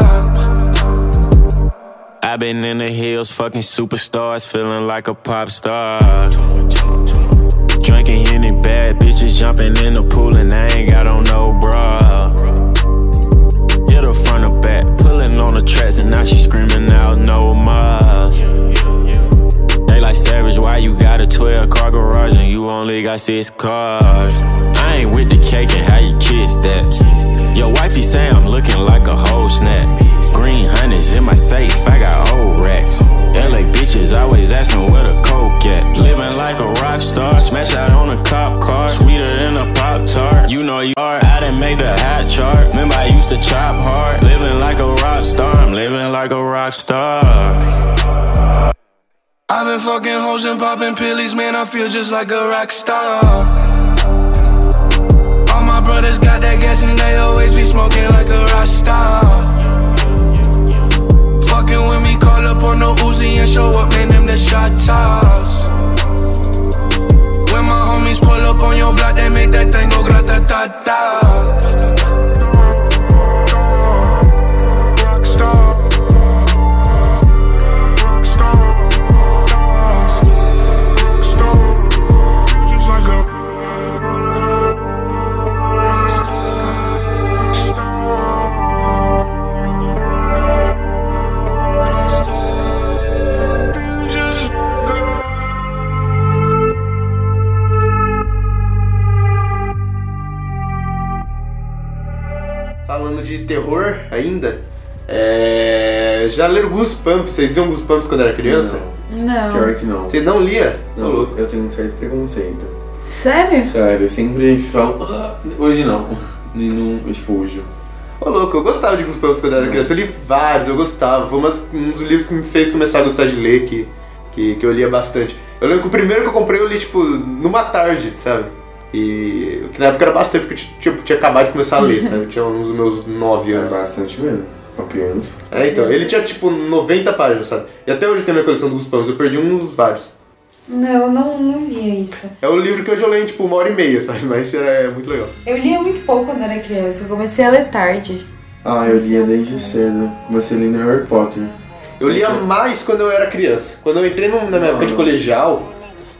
Speaker 5: I've been in the hills, fucking superstars, feeling like a pop star. Drinking any bad bitches, jumping in the pool, and I ain't got on no bra. Hit her front or back, pulling on the tracks, and now she screaming out no more. They like savage, why you got a 12 car garage and you only got six cars? I ain't with the cake and how you kiss that. Your wifey say I'm looking like a whole snap. Green hundreds in my safe, I got old racks. LA bitches always asking where the coke at. Living like a rock star, smash out on a cop car, sweeter than a pop tart. You know you are, I done made the hot chart. Remember I used to chop hard, living like a rock star. I'm living like a rock star.
Speaker 4: I've been fucking hoes and popping pills, man. I feel just like a rock star brothers got that gas and they always be smoking like a Rasta. Fucking with me, call up on the Uzi and show up, man, them the shot toss. When my homies pull up on your block, they make that thing go grata ta ta.
Speaker 1: de terror ainda. É... Já leram Goosebumps? Vocês liam Goosebumps quando era criança?
Speaker 3: Não.
Speaker 2: Pior que não.
Speaker 1: Você tá não lia?
Speaker 2: Não, eu tenho um certo preconceito.
Speaker 3: Sério?
Speaker 2: Sério, eu sempre falo. "Ah", Hoje não. E não e fujo.
Speaker 1: Ô louco, eu gostava de Goosebumps quando era criança. Eu li vários, eu gostava. Foi uma das- um dos livros que me fez começar a gostar de ler, que, que, que eu lia bastante. Eu lembro que o primeiro que eu comprei eu li, tipo, numa tarde, sabe? E que na época era bastante, porque eu tipo, tinha acabado de começar a ler, sabe? Eu Tinha uns meus nove
Speaker 2: É
Speaker 1: anos.
Speaker 2: bastante mesmo. Pra criança.
Speaker 1: É, então, ele tinha tipo 90 páginas, sabe? E até hoje tem minha coleção dos Goosebumps, eu perdi uns vários.
Speaker 3: Não, não, não lia isso.
Speaker 1: É o livro que hoje eu leio em tipo uma hora e meia, sabe? Mas era é muito legal.
Speaker 3: Eu lia muito pouco quando era criança, eu comecei a ler tarde.
Speaker 2: Ah, eu lia desde cedo. Comecei lendo Harry Potter.
Speaker 1: Eu lia
Speaker 2: é-
Speaker 1: mais quando eu era criança. Quando eu entrei num- na minha
Speaker 2: Ah.
Speaker 1: época de colegial,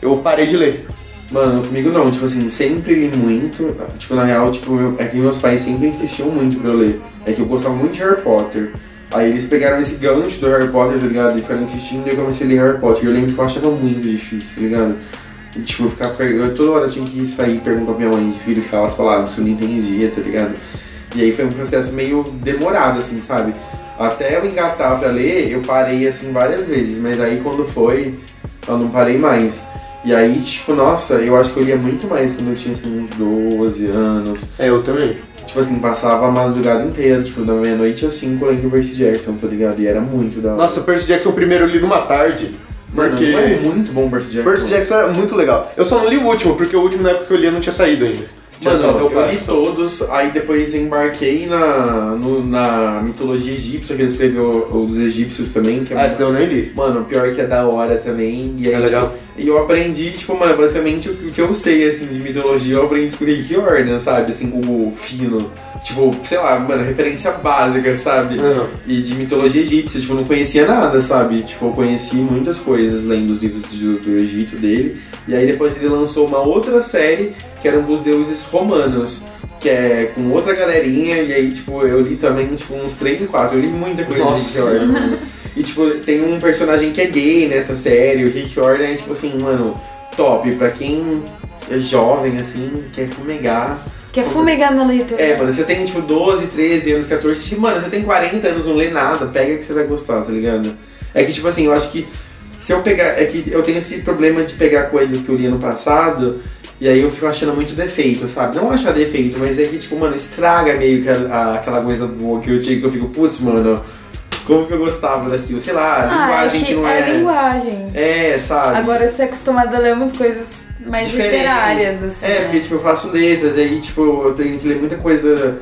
Speaker 1: eu parei de ler.
Speaker 2: Mano, comigo não, tipo assim, sempre li muito. Tipo, na real, tipo, meu- é que meus pais sempre insistiam muito pra eu ler. É que eu gostava muito de Harry Potter. Aí eles pegaram esse gancho do Harry Potter, tá ligado? E ficaram insistindo e eu comecei a ler Harry Potter. E eu lembro que eu achava muito difícil, tá ligado? E, tipo, eu ficava per- eu toda hora tinha que sair e perguntar pra minha mãe o que significava as palavras, que eu não entendia, tá ligado? E aí foi um processo meio demorado, assim, sabe? Até eu engatar pra ler, eu parei, assim, várias vezes. Mas aí quando foi, eu não parei mais. E aí, tipo, nossa, eu acho que eu lia muito mais quando eu tinha, assim, uns 12 anos.
Speaker 1: É, eu também.
Speaker 2: Tipo assim, passava a madrugada inteira, tipo, da meia-noite às 5 lendo o Percy Jackson, tá ligado? E era muito da hora.
Speaker 1: Nossa, Percy Jackson primeiro eu li numa tarde.
Speaker 2: Mano,
Speaker 1: Porque.
Speaker 2: não é muito bom o Percy Jackson.
Speaker 1: Percy Jackson era muito legal. Eu só não li o último, porque o último na época que eu lia não tinha saído ainda. Tinha
Speaker 2: Mano,
Speaker 1: tava até o
Speaker 2: eu li
Speaker 1: quarto só.
Speaker 2: todos, aí depois embarquei na, no- na mitologia egípcia, que ele escreveu os egípcios também, que é
Speaker 1: Ah, esse daí eu nem li.
Speaker 2: Mano, pior que é da hora também. E aí,
Speaker 1: É legal.
Speaker 2: tipo, e eu aprendi, tipo, mano, basicamente o que eu sei, assim, de mitologia, eu aprendi com o Rick Jordan, sabe? Assim, o fino. Tipo, sei lá, mano, referência básica, sabe?
Speaker 1: Não.
Speaker 2: E de mitologia egípcia, tipo, eu não conhecia nada, sabe? Tipo, eu conheci muitas coisas lendo os livros do, do Egito dele. E aí depois ele lançou uma outra série que eram dos deuses romanos, que é com outra galerinha. E aí, tipo, eu li também, tipo, uns 3, 4. Eu li muita coisa
Speaker 1: Nossa.
Speaker 2: de Rick Jordan. E, tipo, tem um personagem que é gay nessa série. O Rick Jordan é, tipo assim, mano, top. Pra quem é jovem, assim, quer fumegar.
Speaker 3: Quer fumegar na leitura?
Speaker 2: É, mano, você tem tipo 12, 13 anos, 14. se, Mano, você tem 40 anos, não lê nada, pega que você vai gostar, tá ligado? É que tipo assim, eu acho que se eu pegar. É que eu tenho esse problema de pegar coisas que eu lia no passado e aí eu fico achando muito defeito, sabe? Não achar defeito, mas é que tipo, mano, estraga meio que a- a- aquela coisa boa que eu tinha que eu fico, putz, mano, como que eu gostava daquilo? Sei lá, a
Speaker 3: ah, é
Speaker 2: linguagem
Speaker 3: que,
Speaker 2: que, não
Speaker 3: é
Speaker 2: é.
Speaker 3: linguagem.
Speaker 2: É, sabe?
Speaker 3: Agora você é acostumado a ler umas coisas mais
Speaker 2: Diferentes.
Speaker 3: literárias, assim.
Speaker 2: É, porque tipo, eu faço letras, e aí tipo, eu tenho que ler muita coisa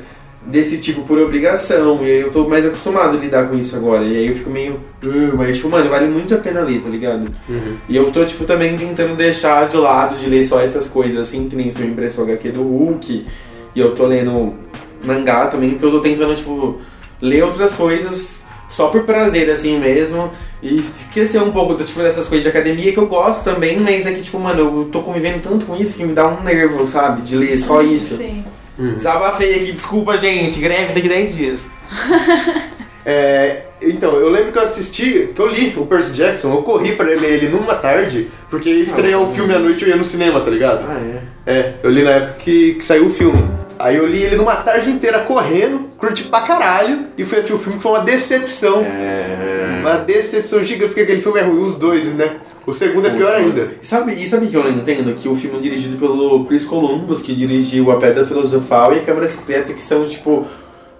Speaker 2: desse tipo por obrigação, e aí eu tô mais acostumado a lidar com isso agora, e aí eu fico meio. "Ah", Mas tipo, mano, vale muito a pena ler, tá ligado?
Speaker 1: Uhum.
Speaker 2: E eu tô, tipo, também tentando deixar de lado de ler só essas coisas, assim, que nem se eu impressou HQ do Hulk, e eu tô lendo mangá também, porque eu tô tentando, tipo, ler outras coisas só por prazer, assim mesmo. E esquecer um pouco tipo, dessas coisas de academia que eu gosto também, mas é que, tipo, mano, eu tô convivendo tanto com isso que me dá um nervo, sabe? De ler só isso.
Speaker 3: Sim.
Speaker 2: Desabafei aqui, desculpa, gente. Greve daqui 10 dias.
Speaker 1: É, então, eu lembro que eu assisti, que eu li o Percy Jackson, eu corri pra ler ele numa tarde, porque ia estrear o filme à noite e eu ia no cinema, tá ligado?
Speaker 2: Ah, é.
Speaker 1: É, eu li na época que, que saiu o filme. Aí eu li ele numa tarde inteira correndo, curti pra caralho, e fui assistir o filme que foi uma decepção. Uma decepção gigante, porque aquele filme é ruim, os dois, né? O segundo é pior ainda.
Speaker 2: E sabe, e sabe que eu não entendo? Que o filme é dirigido pelo Chris Columbus, que dirigiu A Pedra Filosofal e A Câmara Secreta, que são, tipo,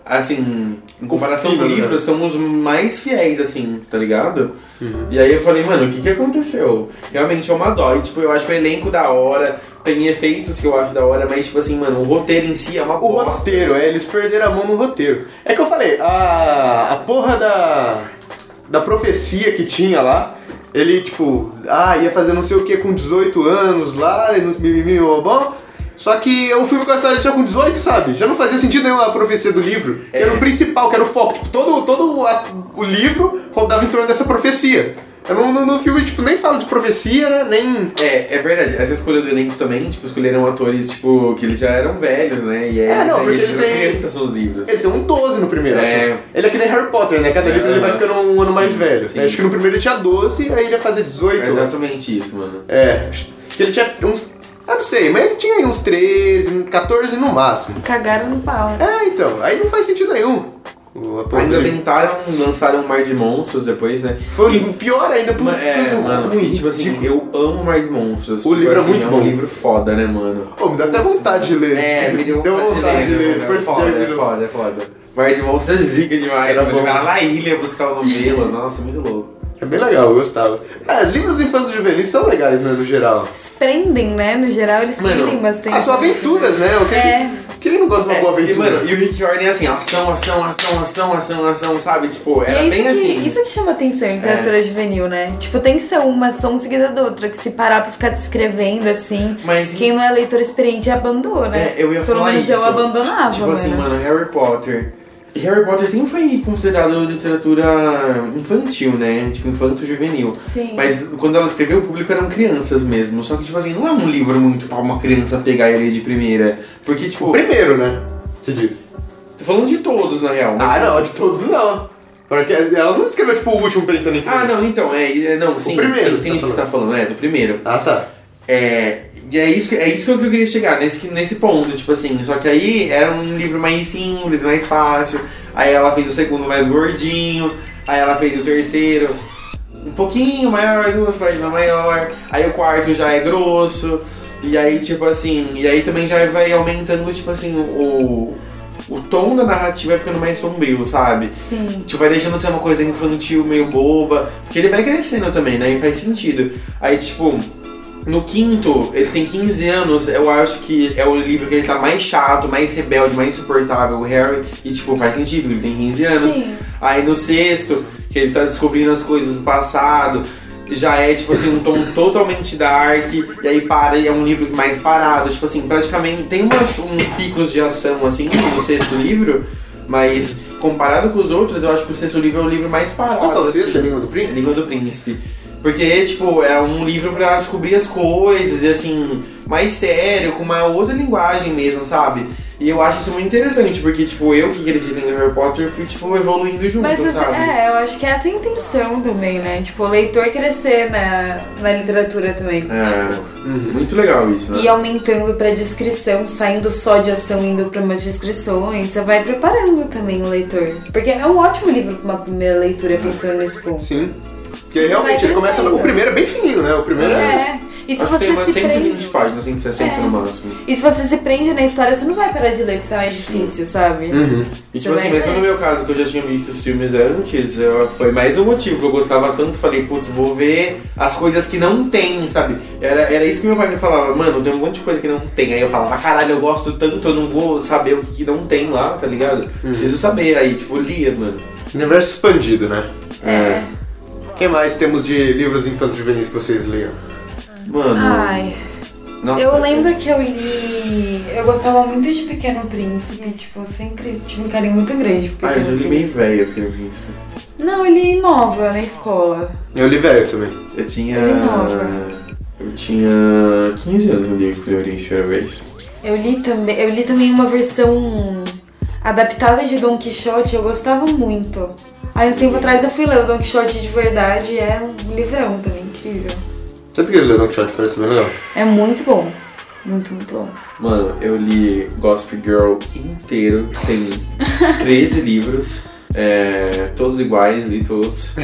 Speaker 2: assim, em comparação com o
Speaker 1: filme,
Speaker 2: livro,
Speaker 1: né?
Speaker 2: são os mais fiéis, assim, tá ligado?
Speaker 1: Uhum.
Speaker 2: E aí eu falei, mano, o que que aconteceu? Realmente é uma dó. E, tipo, eu acho o elenco da hora, tem efeitos que eu acho da hora, mas, tipo assim, mano, o roteiro em si é uma
Speaker 1: O
Speaker 2: bosta.
Speaker 1: roteiro, é, eles perderam a mão no roteiro. É que eu falei, a, a porra da, da profecia que tinha lá, ele tipo, ah, ia fazer não sei o que com 18 anos lá, e nos mimimi, bom. Só que o filme que eu assisti já com 18, sabe? Já não fazia sentido nenhum a profecia do livro, que era o principal, que era o foco. Tipo, todo, todo o- a- o livro rodava em torno dessa profecia. Eu não, no, no filme, tipo, nem fala de profecia, né? Nem.
Speaker 2: É, é verdade. Essa escolha do elenco também, tipo, escolheram atores, tipo, que eles já eram velhos, né? E aí,
Speaker 1: É, não,
Speaker 2: aí
Speaker 1: porque
Speaker 2: eles
Speaker 1: ele
Speaker 2: eram
Speaker 1: tem-
Speaker 2: crianças nos livros.
Speaker 1: Ele tem um 12 no primeiro,
Speaker 2: É.
Speaker 1: acho. Ele é que nem Harry Potter, né? Cada livro ele vai
Speaker 2: Aham.
Speaker 1: ficando um ano
Speaker 2: Sim,
Speaker 1: mais velho.
Speaker 2: sim.
Speaker 1: né? Acho que no primeiro ele tinha 12, aí ele ia fazer 18.
Speaker 2: É exatamente isso, mano.
Speaker 1: É, acho que ele tinha uns. Eu não sei, mas ele tinha aí uns 13, 14 no máximo.
Speaker 3: Cagaram no pau.
Speaker 1: É, então, aí não faz sentido nenhum. O- a porra
Speaker 2: Ainda
Speaker 1: dele.
Speaker 2: tentaram lançar um Mar de Monstros depois, né?
Speaker 1: Foi um pior ainda, puta
Speaker 2: Ma-
Speaker 1: que
Speaker 2: é,
Speaker 1: coisa
Speaker 2: mano,
Speaker 1: ruim.
Speaker 2: e, tipo assim,
Speaker 1: ridícula.
Speaker 2: eu amo Mar de
Speaker 1: O
Speaker 2: Monstros. Tipo
Speaker 1: livro é
Speaker 2: assim,
Speaker 1: muito
Speaker 2: é
Speaker 1: bom.
Speaker 2: um livro foda, né, mano?
Speaker 1: Pô, me dá até vontade de ler.
Speaker 2: É, me deu
Speaker 1: Deu
Speaker 2: vontade, de ler. né, mano? É
Speaker 1: Percy
Speaker 2: foda,
Speaker 1: Jackson.
Speaker 2: é foda, é foda. Mar de Monstros é zica demais.
Speaker 1: Era
Speaker 2: mano.
Speaker 1: bom.
Speaker 2: Vai lá na ilha buscar o novelo. Nossa, muito louco.
Speaker 1: É bem legal, eu gostava. É, livros infantos juvenis são legais, né, no geral.
Speaker 3: Eles prendem, né? No geral, eles
Speaker 2: Mano,
Speaker 3: prendem bastante.
Speaker 1: Ah, são aventuras, né? O que
Speaker 3: É.
Speaker 1: Quem não gosta de uma boa
Speaker 2: e,
Speaker 1: aventura?
Speaker 2: mano, e o Rick Jordan é assim, ação, ação, ação, ação, ação, ação, sabe? Tipo,
Speaker 3: E
Speaker 2: era
Speaker 3: é isso
Speaker 2: bem
Speaker 3: que,
Speaker 2: assim.
Speaker 3: isso que chama atenção em literatura juvenil, né? Tipo, tem que ser uma ação seguida da outra, que se parar pra ficar descrevendo assim,
Speaker 2: Mas
Speaker 3: quem não é leitor experiente abandona.
Speaker 2: É, eu ia
Speaker 3: né? Pelo
Speaker 2: falar
Speaker 3: menos
Speaker 2: isso.
Speaker 3: eu abandonava, né?
Speaker 2: Tipo assim,
Speaker 3: mano.
Speaker 2: mano, Harry Potter. E Harry Potter sempre foi considerado literatura infantil, né? Tipo, infanto-juvenil.
Speaker 3: Sim.
Speaker 2: Mas quando ela escreveu, o público eram crianças mesmo. Só que, tipo assim, não é um livro muito pra uma criança pegar e ler de primeira. Porque,
Speaker 1: O
Speaker 2: tipo,
Speaker 1: primeiro, né? Você disse.
Speaker 2: tô falando de todos, na real. mas- tipo assim,
Speaker 1: Ah, não, de todos não. Porque ela não escreveu tipo o último pensando em que.
Speaker 2: Ah, não, então, é, é, não, sim,
Speaker 1: primeiro,
Speaker 2: sim,
Speaker 1: você
Speaker 2: tem o
Speaker 1: tá
Speaker 2: que você tá falando, é, do primeiro.
Speaker 1: Ah, tá.
Speaker 2: É, e é isso, é isso que eu que eu queria chegar, nesse, nesse ponto, tipo assim. Só que aí era um livro mais simples, mais fácil. Aí ela fez o segundo mais gordinho. Aí ela fez o terceiro um pouquinho maior, duas páginas maior. Aí o quarto já é grosso. E aí, tipo assim, e aí também já vai aumentando, tipo assim, o, o tom da narrativa vai ficando mais sombrio, sabe?
Speaker 3: Sim.
Speaker 2: Tipo, vai deixando ser uma coisa infantil, meio boba. Porque ele vai crescendo também, né? E faz sentido. Aí, tipo, no quinto, ele tem 15 anos. Eu acho que é o livro que ele tá mais chato, mais rebelde, mais insuportável, o Harry. E, tipo, faz sentido, ele tem 15 anos.
Speaker 3: Sim.
Speaker 2: Aí no sexto, que ele tá descobrindo as coisas do passado, já é tipo assim, um tom totalmente dark, e aí para, e é um livro mais parado, tipo assim, praticamente tem umas, uns picos de ação assim no sexto livro, mas comparado com os outros, eu acho que o sexto livro é o livro mais parado.
Speaker 1: Qual que é o sexto?
Speaker 2: assim.
Speaker 1: É Língua do Príncipe?
Speaker 2: Língua do Príncipe. Porque, tipo, é um livro pra descobrir as coisas, e assim, mais sério, com uma outra linguagem mesmo, sabe? E eu acho isso muito interessante, porque, tipo, eu que cresci lendo Harry Potter, fui, tipo, evoluindo junto,
Speaker 3: Mas essa-
Speaker 2: sabe?
Speaker 3: é, eu acho que essa é a intenção também, né? Tipo, o leitor crescer na, na literatura também.
Speaker 2: É, muito legal isso, né?
Speaker 3: E é um- aumentando pra descrição, saindo só de ação, indo pra umas descrições, você vai preparando também o leitor. Porque é um ótimo livro pra uma primeira
Speaker 2: Uhum.
Speaker 3: leitura pensando nesse ponto.
Speaker 1: Sim. Porque
Speaker 3: Você
Speaker 1: realmente
Speaker 3: vai
Speaker 1: ele começa.
Speaker 3: crescendo.
Speaker 1: O primeiro é bem fininho, né? O primeiro é.
Speaker 3: É. E se
Speaker 2: Acho que tem
Speaker 3: você
Speaker 2: umas
Speaker 3: se
Speaker 2: 120
Speaker 3: prende.
Speaker 2: páginas, 160
Speaker 3: É.
Speaker 2: no máximo.
Speaker 3: E se você se prende na história, você não vai parar de ler, porque tá mais difícil, sabe?
Speaker 1: Uhum.
Speaker 2: E
Speaker 3: Você
Speaker 2: tipo assim,
Speaker 3: vai
Speaker 2: mesmo
Speaker 3: ver.
Speaker 2: no meu caso, que eu já tinha visto os filmes antes, eu- foi mais um motivo que eu gostava tanto. Falei, putz, vou ver as coisas que não tem, sabe? Era, era isso que meu pai me falava, mano, tem um monte de coisa que não tem. Aí eu falava, caralho, eu gosto tanto, eu não vou saber o que, que não tem lá, tá ligado? Preciso saber. Aí, tipo, lia, mano.
Speaker 1: Universo expandido, né?
Speaker 2: É.
Speaker 1: O que mais temos de livros infantos juvenis que vocês leiam?
Speaker 2: Mano.
Speaker 3: Ai.
Speaker 2: nossa,
Speaker 3: Ah, eu lembro que eu li. Eu gostava muito de Pequeno Príncipe, tipo, eu sempre tive um carinho muito grande por
Speaker 2: Ai, Ah,
Speaker 3: Pequeno
Speaker 2: eu li meio
Speaker 3: Príncipe.
Speaker 2: velho aquele príncipe.
Speaker 3: Não, ele inova na escola.
Speaker 1: Eu li velho também.
Speaker 2: Eu tinha.
Speaker 3: Ele é nova.
Speaker 2: Eu tinha 15 anos quando eu li Cleorêncio primeira vez.
Speaker 3: Eu li também, eu li também uma versão adaptada de Don Quixote, eu gostava muito. Aí uns
Speaker 2: Uhum.
Speaker 3: tempo atrás eu fui ler o Don Quixote de verdade e é um livrão também, incrível.
Speaker 1: Sabe por que o Leão Shot parece bem legal?
Speaker 3: É muito bom. Muito, muito bom.
Speaker 2: Mano, eu li Gossip Girl inteiro, tem 13 livros, é, todos iguais, li todos.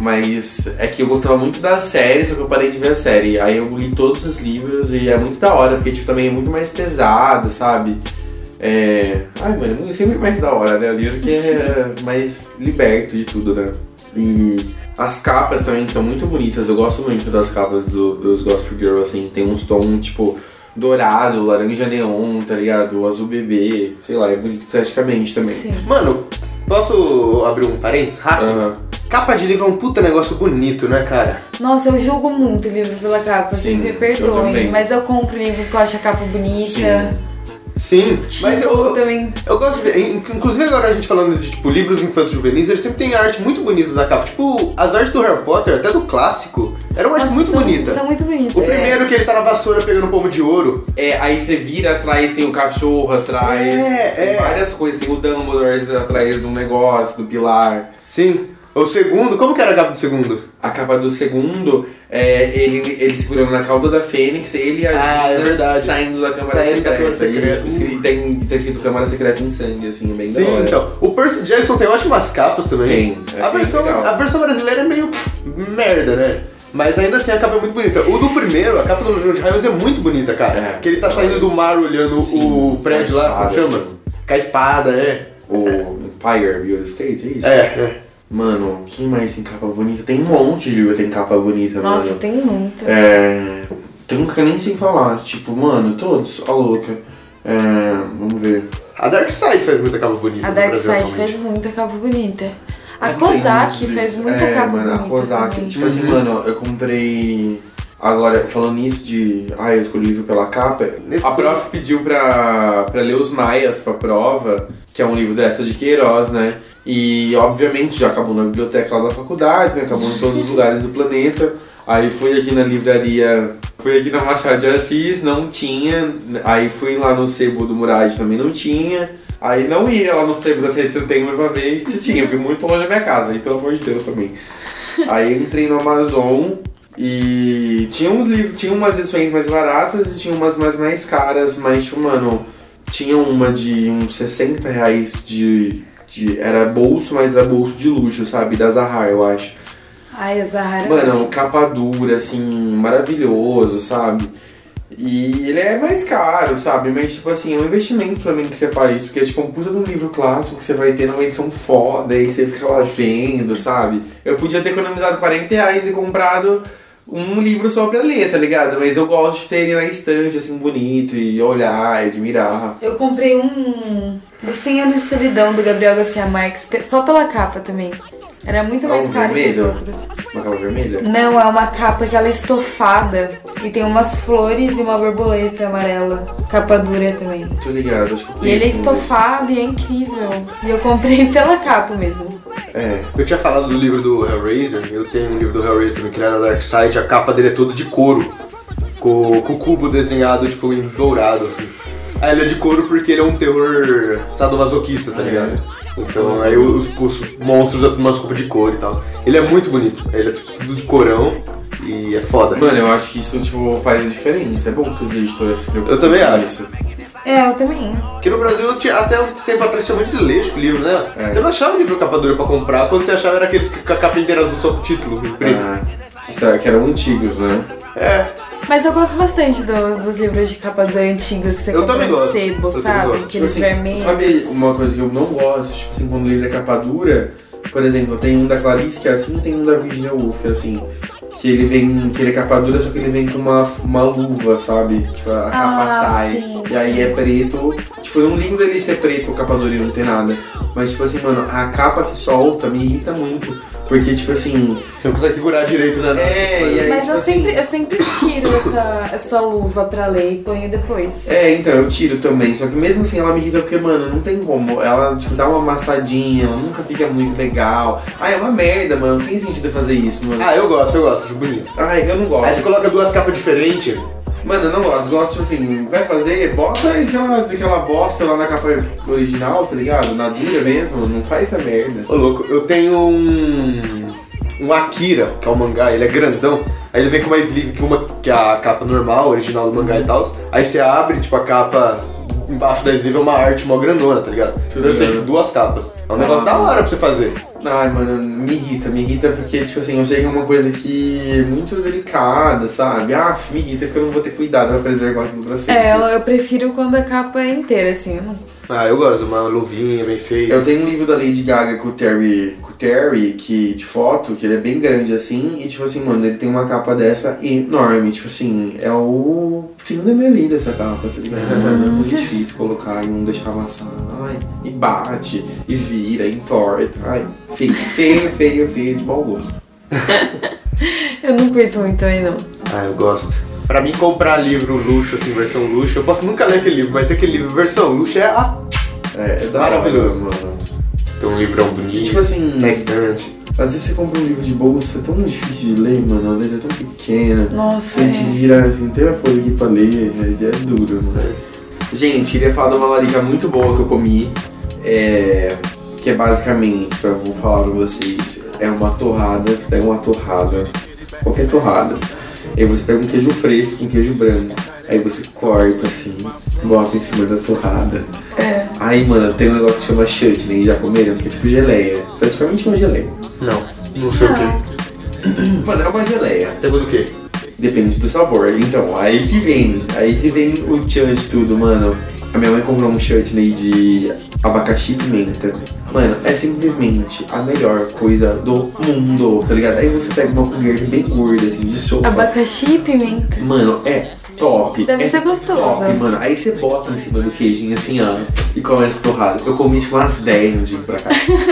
Speaker 2: Mas é que eu gostava muito da série, só que eu parei de ver a série. Aí eu li todos os livros e é muito da hora, porque tipo, também é muito mais pesado, sabe? É... Ai, mano, é muito- sempre mais da hora, né? O livro que é mais liberto de tudo, né? E as capas também são muito bonitas, eu gosto muito das capas do- dos Gospel Girl, assim, tem uns tons, tipo, dourado, laranja neon, tá ligado? Azul bebê, sei lá, é bonito esteticamente também.
Speaker 3: Sim.
Speaker 1: Mano, posso abrir um parênteses rápido?
Speaker 2: Aham.
Speaker 1: Capa de livro é um puta negócio bonito, né, cara?
Speaker 3: Nossa, eu julgo muito o livro pela capa,
Speaker 2: Sim,
Speaker 3: vocês me
Speaker 2: eu também.
Speaker 3: perdoem, mas eu compro o livro porque eu acho a capa bonita.
Speaker 2: Sim.
Speaker 1: Sim, mas eu,
Speaker 3: Tipo,
Speaker 1: eu,
Speaker 3: também.
Speaker 1: eu gosto de ver. in- Inclusive agora a gente falando de tipo livros infantos juvenis, eles sempre tem arte muito bonita da capa. Tipo, as artes do Harry Potter, até do clássico, eram artes
Speaker 3: Nossa,
Speaker 1: muito
Speaker 3: são,
Speaker 1: bonitas.
Speaker 3: São muito bonitas.
Speaker 1: O
Speaker 3: é.
Speaker 1: primeiro que ele tá na vassoura pegando um pomo de ouro.
Speaker 2: É, aí você vira atrás, tem o cachorro atrás,
Speaker 1: É,
Speaker 2: tem
Speaker 1: é.
Speaker 2: várias coisas, tem o Dumbledore atrás de um negócio, do pilar.
Speaker 1: Sim. O segundo, como que era a capa do segundo?
Speaker 2: A capa do segundo é ele, ele segurando na cauda da Fênix, ele e a
Speaker 1: Ah, é
Speaker 2: Gina
Speaker 1: verdade.
Speaker 2: saindo da Câmara
Speaker 1: Saindo da
Speaker 2: Secreta.
Speaker 1: Câmara
Speaker 2: E,
Speaker 1: Secreta.
Speaker 2: tipo, escrito- tem, tá escrito Câmara Secreta em sangue, assim, é bem da
Speaker 1: Sim,
Speaker 2: hora.
Speaker 1: então. O Percy Jackson tem ótimas capas também.
Speaker 2: Tem, é
Speaker 1: a,
Speaker 2: bem
Speaker 1: versão,
Speaker 2: legal.
Speaker 1: a versão brasileira é meio pff, merda, né? Mas ainda assim a capa é muito bonita. O do primeiro, a capa do João de Raios é muito bonita, cara.
Speaker 2: É.
Speaker 1: que ele tá saindo do mar olhando
Speaker 2: Sim,
Speaker 1: o prédio
Speaker 2: com a
Speaker 1: lá, como
Speaker 2: espada,
Speaker 1: chama?
Speaker 2: sim.
Speaker 1: Com a espada, é.
Speaker 2: O Empire Real Estate, é isso?
Speaker 1: É, é.
Speaker 2: Mano, quem mais tem capa bonita? Tem um monte de livro que tem capa bonita,
Speaker 3: É. Nossa,
Speaker 2: mano.
Speaker 3: tem muito.
Speaker 2: É. Tem uns que eu nem sei falar. Tipo, mano, todos, ó louca. É. Vamos ver.
Speaker 1: A Dark Side faz muita capa bonita.
Speaker 3: A
Speaker 1: no
Speaker 3: Dark
Speaker 1: Brasil
Speaker 3: Side
Speaker 1: atualmente.
Speaker 3: fez muita capa bonita. A
Speaker 2: É, Tem muitos
Speaker 3: Kozak
Speaker 2: livros.
Speaker 3: fez muita
Speaker 2: é,
Speaker 3: capa
Speaker 2: mano,
Speaker 3: bonita.
Speaker 2: A Kozak.
Speaker 3: também.
Speaker 2: Tipo assim, mano, eu comprei. Agora, falando nisso de. Ah, eu escolhi o livro pela capa.
Speaker 1: Nesse
Speaker 2: A prof pediu pra, pra ler Os Maias pra prova, que é um livro dessa de Queiroz, né? E obviamente já acabou na biblioteca lá da faculdade, né? acabou em todos os lugares do planeta. Aí fui aqui na livraria. Fui aqui na Machado de Assis, não tinha. Aí fui lá no Sebo do Murad, também não tinha. Aí não ia lá no Sebo da 3 de setembro pra ver se tinha, porque muito longe da minha casa. Aí pelo amor de Deus também. Aí eu entrei no Amazon e tinha uns livros, tinha umas edições mais baratas e tinha umas mais, mais caras, mas tipo, mano, tinha uma de uns 60 reais de. de era bolso, mas era bolso de luxo, sabe? Da Zahar, eu acho.
Speaker 3: Ai, a Zahara. é
Speaker 2: Mano, é um- capa dura, assim, maravilhoso, sabe? E ele é mais caro, sabe? Mas, tipo assim, é um investimento também que você faz. Porque é tipo um puta de um livro clássico que você vai ter numa edição foda e que você fica lá vendo, sabe? Eu podia ter economizado 40 reais e comprado um livro só pra ler, tá ligado? Mas eu gosto de ter ele na estante, assim, bonito e olhar e admirar.
Speaker 3: Eu comprei um dos 100 anos de solidão do Gabriel Garcia Marques, pe- só pela capa também. Era muito
Speaker 2: É
Speaker 3: mais
Speaker 2: um
Speaker 3: caro que os
Speaker 2: vermelho?
Speaker 3: outros.
Speaker 2: Uma capa vermelha?
Speaker 3: Não, é uma capa que ela é estofada e tem umas flores e uma borboleta amarela. Capa dura também.
Speaker 2: Tô ligado, acho que eu
Speaker 3: E ele é
Speaker 2: conheço um desses.
Speaker 3: estofado e é incrível. E eu comprei pela capa mesmo.
Speaker 2: É.
Speaker 1: Eu tinha falado do livro do Hellraiser, eu tenho um livro do Hellraiser também, que é da Dark Side, a capa dele é todo de couro, com, com o cubo desenhado, tipo, em dourado, assim. Aí ele é de couro porque ele é um terror sadomasoquista, tá
Speaker 2: Ah, é?
Speaker 1: ligado? Então aí os, os monstros já tomam umas roupas de couro e tal. Ele é muito bonito, ele é tipo, tudo de corão e é foda.
Speaker 2: Mano, eu acho que isso, tipo, faz diferença. É bom que as editoras se preocupem
Speaker 1: Eu também
Speaker 2: com
Speaker 1: acho.
Speaker 2: isso.
Speaker 3: É, eu também.
Speaker 1: Porque no Brasil tinha- até um tempo atrás tinha muito desleixo com o livro, né?
Speaker 2: É.
Speaker 1: Você não achava livro capa dura pra comprar, quando você achava era aqueles que- com a capa inteira azul só com o título, em preto.
Speaker 2: Ah, isso é que eram antigos, né?
Speaker 1: É,
Speaker 3: Mas eu gosto bastante dos, dos livros de capa dura antigos. Você
Speaker 1: Eu
Speaker 3: compra
Speaker 1: também
Speaker 3: no
Speaker 1: gosto.
Speaker 3: Sebo,
Speaker 1: Eu também
Speaker 3: sabe?
Speaker 1: gosto.
Speaker 3: Aqueles
Speaker 2: Tipo assim,
Speaker 3: vermelhos.
Speaker 2: Sabe uma coisa que eu não gosto? Tipo assim, quando o livro é capa dura, por exemplo, tem um da Clarice que é assim, tem um da Virginia Woolf que é assim. Que ele vem, que ele é capa dura, só que ele vem com uma, uma luva, sabe? Tipo, a capa sai.
Speaker 3: Ah, sim,
Speaker 2: e aí
Speaker 3: sim.
Speaker 2: é preto. Tipo, eu não ligo dele ser preto, capa dura e não ter nada. Mas tipo assim, mano, a capa que solta me irrita muito. Porque, tipo assim,
Speaker 1: Você não consegue segurar direito, né?
Speaker 2: É,
Speaker 1: Tipo,
Speaker 2: e aí-
Speaker 3: Mas
Speaker 2: tipo
Speaker 3: eu
Speaker 2: assim-
Speaker 3: sempre, eu sempre tiro essa, essa luva pra ler e ponho depois.
Speaker 2: É, então, eu tiro também. Só que mesmo assim ela me irrita porque, mano, não tem como. Ela, tipo, dá uma amassadinha, ela nunca fica muito legal. Ai, é uma merda, mano. Não tem sentido fazer isso, mano.
Speaker 1: Ah, eu gosto, eu gosto, de bonito.
Speaker 2: Ai, eu não
Speaker 1: Aí você
Speaker 2: gosto.
Speaker 1: coloca duas capas diferentes.
Speaker 2: Mano, eu não gosto. Gosto, tipo assim, vai fazer, bota aquela, aquela bosta lá na capa original, tá ligado? Na dura mesmo, não faz essa merda.
Speaker 1: Ô louco, eu tenho um. Um Akira, que é um mangá, ele é grandão. Aí ele vem com uma sleeve que uma que é a capa normal, original do mangá e tal. Aí você abre, tipo, a capa embaixo da sleeve é uma arte mó grandona, tá ligado? Então ele tem
Speaker 2: ligado.
Speaker 1: tipo duas capas. É um negócio
Speaker 2: Ah.
Speaker 1: da hora pra você fazer.
Speaker 2: Ai, mano, me irrita, me irrita porque, tipo assim, eu sei que é uma coisa que é muito delicada, sabe? Ah, me irrita porque eu não vou ter cuidado pra preservar aquilo pra sempre.
Speaker 3: É, eu, eu prefiro quando a capa é inteira, assim. eu não-
Speaker 1: Ah, eu gosto, uma luvinha bem feita.
Speaker 2: Eu tenho um livro da Lady Gaga com o Terry, com o Terry que, de foto, que ele é bem grande assim, e tipo assim, mano, ele tem uma capa dessa enorme, tipo assim, é o fim da minha vida essa capa, tá ligado? É muito difícil colocar e não deixar amassar, ai, e bate, e vira, e entorta, ai, feio, feio, feio, feio, de mau gosto.
Speaker 3: Eu não curto muito aí, não.
Speaker 1: Ah, eu gosto. Pra mim, comprar livro luxo, assim, versão luxo, eu posso nunca ler aquele livro, mas ter aquele livro versão luxo é. Ah,
Speaker 2: É, é da hora,
Speaker 1: Maravilhoso.
Speaker 2: mano.
Speaker 1: tem um livrão
Speaker 2: E,
Speaker 1: bonito.
Speaker 2: tipo assim,
Speaker 1: na estante.
Speaker 2: às vezes você compra um livro de bolso, é tão difícil de ler, mano, a letra é tão pequena,
Speaker 3: Nossa,
Speaker 2: Você
Speaker 3: é.
Speaker 2: te vira assim, inteira folha aqui pra ler, é, é duro, mano. Gente, queria falar de uma larica muito boa que eu comi, é, que é basicamente, pra, vou falar pra vocês, é uma torrada, você pega uma torrada, qualquer torrada, aí você pega um queijo fresco, um queijo branco, aí você corta assim, bota em cima da torrada.
Speaker 3: É.
Speaker 2: Aí, mano, tem um negócio que chama chutney, já comeram, que é tipo geleia, praticamente uma geleia.
Speaker 1: Não, não sei o quê.
Speaker 2: Mano, é uma geleia.
Speaker 1: Tem coisa Ah. do quê?
Speaker 2: Depende do sabor. Então, aí que vem. Aí que vem o tchan de tudo, mano. A minha mãe comprou um chutney de abacaxi e pimenta. Mano, é simplesmente a melhor coisa do mundo, tá ligado? Aí você pega uma colher bem gorda, assim, de sopa.
Speaker 3: Abacaxi e pimenta.
Speaker 2: Mano, é top.
Speaker 3: Deve
Speaker 2: é
Speaker 3: ser gostoso.
Speaker 2: Top, mano. Aí você bota em cima do queijinho assim, ó, e começa torrado. Eu comi tipo umas 10 no dia pra cá.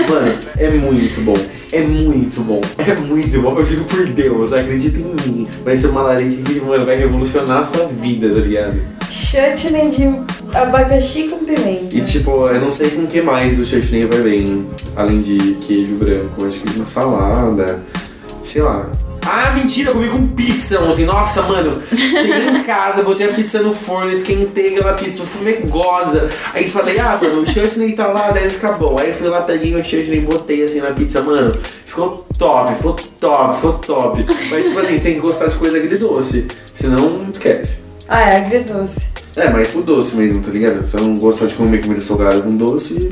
Speaker 2: mano, é muito bom. É muito bom. É muito bom. Eu juro por Deus, acredita em mim. Vai ser uma larica que, mano, vai revolucionar a sua vida, tá ligado?
Speaker 3: Chutney de abacaxi com pimenta.
Speaker 2: E tipo, eu não sei com que mais o chutney vai bem, além de queijo branco, acho que uma salada, sei lá. Ah, mentira, eu comi com pizza ontem. Nossa, mano, cheguei em casa, botei a pizza no forno, esquentei aquela pizza fumegosa. Aí falei, ah, mano, o chutney tá lá, deve ficar bom. Aí fui lá, peguei o chutney, botei assim na pizza, mano, ficou top, ficou top, ficou top. Mas tipo assim, você tem que gostar de coisa agridoce, senão esquece.
Speaker 3: Ah, é agridoce.
Speaker 2: É, mas pro doce mesmo, tá ligado? Se eu não gostar de comer comida salgada com doce,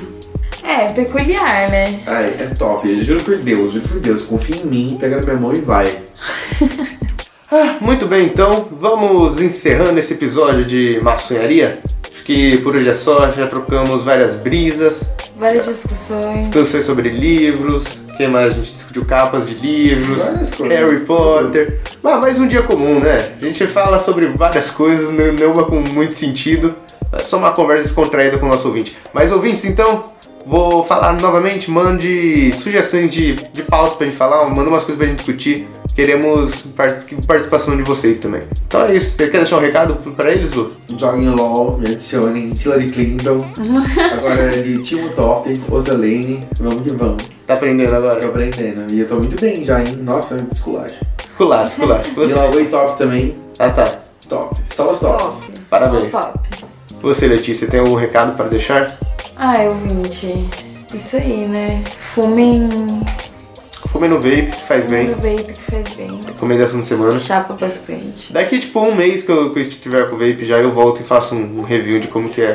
Speaker 3: É, peculiar, né?
Speaker 2: ai, é top. Eu juro por Deus, juro por Deus. Confia em mim, pega na minha mão e vai.
Speaker 1: Muito bem, então, vamos encerrando esse episódio de maçonharia. Acho que por hoje é só, já trocamos várias brisas,
Speaker 3: Várias discussões.
Speaker 1: discussões sobre livros, quem mais a gente discutiu capas de livros,
Speaker 2: Várias coisas.
Speaker 1: Harry Potter. Mas mais um dia comum, né? A gente fala sobre várias coisas, n- nenhuma com muito sentido. É só uma conversa descontraída com o nosso ouvinte. Mas ouvintes, então, vou falar novamente, mande sugestões de, de pautas pra gente falar, manda umas coisas pra gente discutir. Queremos partic- participação de vocês também. Então é isso. Você quer deixar um recado p- pra eles, Lu?
Speaker 2: Joguem LOL, me adicionem Hillary Clinton. Agora é de Timo Top, outra lane. Vamos que vamos.
Speaker 1: Tá aprendendo
Speaker 2: Tô
Speaker 1: agora?
Speaker 2: aprendendo. E eu tô muito bem já, hein? Nossa, esculacho.
Speaker 1: Escular, escular.
Speaker 2: E lá o Top também,
Speaker 1: Ah, tá.
Speaker 2: top. Só os tops.
Speaker 3: Top.
Speaker 1: Parabéns.
Speaker 3: Só Top.
Speaker 1: Você, Letícia, tem algum recado pra deixar?
Speaker 3: Ai, ouvinte. Isso aí, né? Fumem
Speaker 1: Comendo vape, faz
Speaker 3: no
Speaker 1: bem.
Speaker 3: vape que faz bem.
Speaker 1: Recomendação de semana.
Speaker 3: Chapa bastante.
Speaker 1: Daqui tipo um mês que eu, que eu estiver com o vape já, eu volto e faço um, um review de como que é.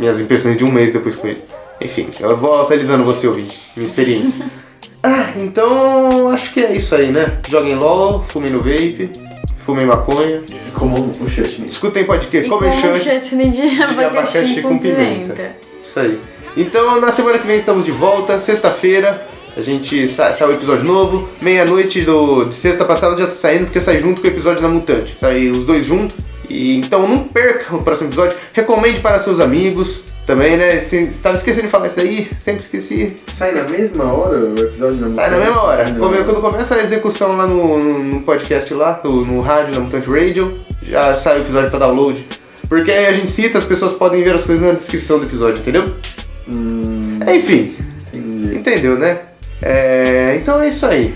Speaker 1: Minhas impressões de um mês depois com ele. Enfim, eu vou atualizando você, ouvinte. Minha experiência. ah, então acho que é isso aí, né? Joguem LOL, fumem no vape, fumem maconha.
Speaker 2: E como o Chutney.
Speaker 1: Escutem podcast,
Speaker 3: E
Speaker 1: comem
Speaker 3: com
Speaker 1: chute.
Speaker 3: chutney de abacaxi com pimenta.
Speaker 1: Isso aí. Então, na semana que vem estamos de volta, sexta-feira. A gente sa sai o episódio novo. Meia-noite do- de sexta passada já tá saindo, porque sai junto com o episódio da Mutante. Sai os dois juntos. E, então não perca o próximo episódio. Recomende para seus amigos. Também, né? Você estava esquecendo de falar isso aí, sempre esqueci.
Speaker 2: Sai na mesma hora o episódio da
Speaker 1: Sai na
Speaker 2: Mutante?
Speaker 1: mesma hora.
Speaker 2: Não.
Speaker 1: Come- Quando começa a execução lá no, no- no podcast lá, no, no rádio, na Mutante Radio, já sai o episódio pra download. Porque aí a gente cita, as pessoas podem ver as coisas na descrição do episódio, entendeu? É,
Speaker 2: Hum,
Speaker 1: Enfim,
Speaker 2: entendi.
Speaker 1: entendeu, né? É, então é isso aí.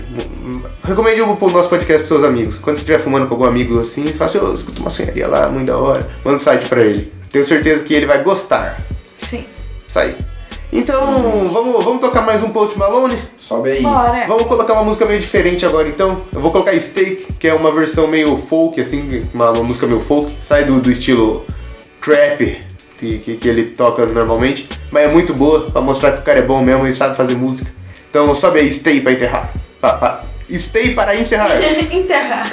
Speaker 1: Recomende o o nosso podcast pros seus amigos. Quando você estiver fumando com algum amigo assim, fala assim, "Ô, escuta uma sonharia lá, muito da hora. Manda um site pra ele. Tenho certeza que ele vai gostar.
Speaker 3: Sim.
Speaker 1: Isso aí. Então, vamos, vamos tocar mais um Post Malone?
Speaker 2: Sobe aí.
Speaker 3: Bora.
Speaker 1: É. Vamos colocar uma música meio diferente agora então. Eu vou colocar Steak, que é uma versão meio folk, assim, uma, uma música meio folk. Sai do, do estilo trap que, que- que ele toca normalmente, mas é muito boa pra mostrar que o cara é bom mesmo e sabe fazer música. Então sobe aí Stay pra enterrar. Pa, pa- Stay para encerrar.
Speaker 3: Enterrar.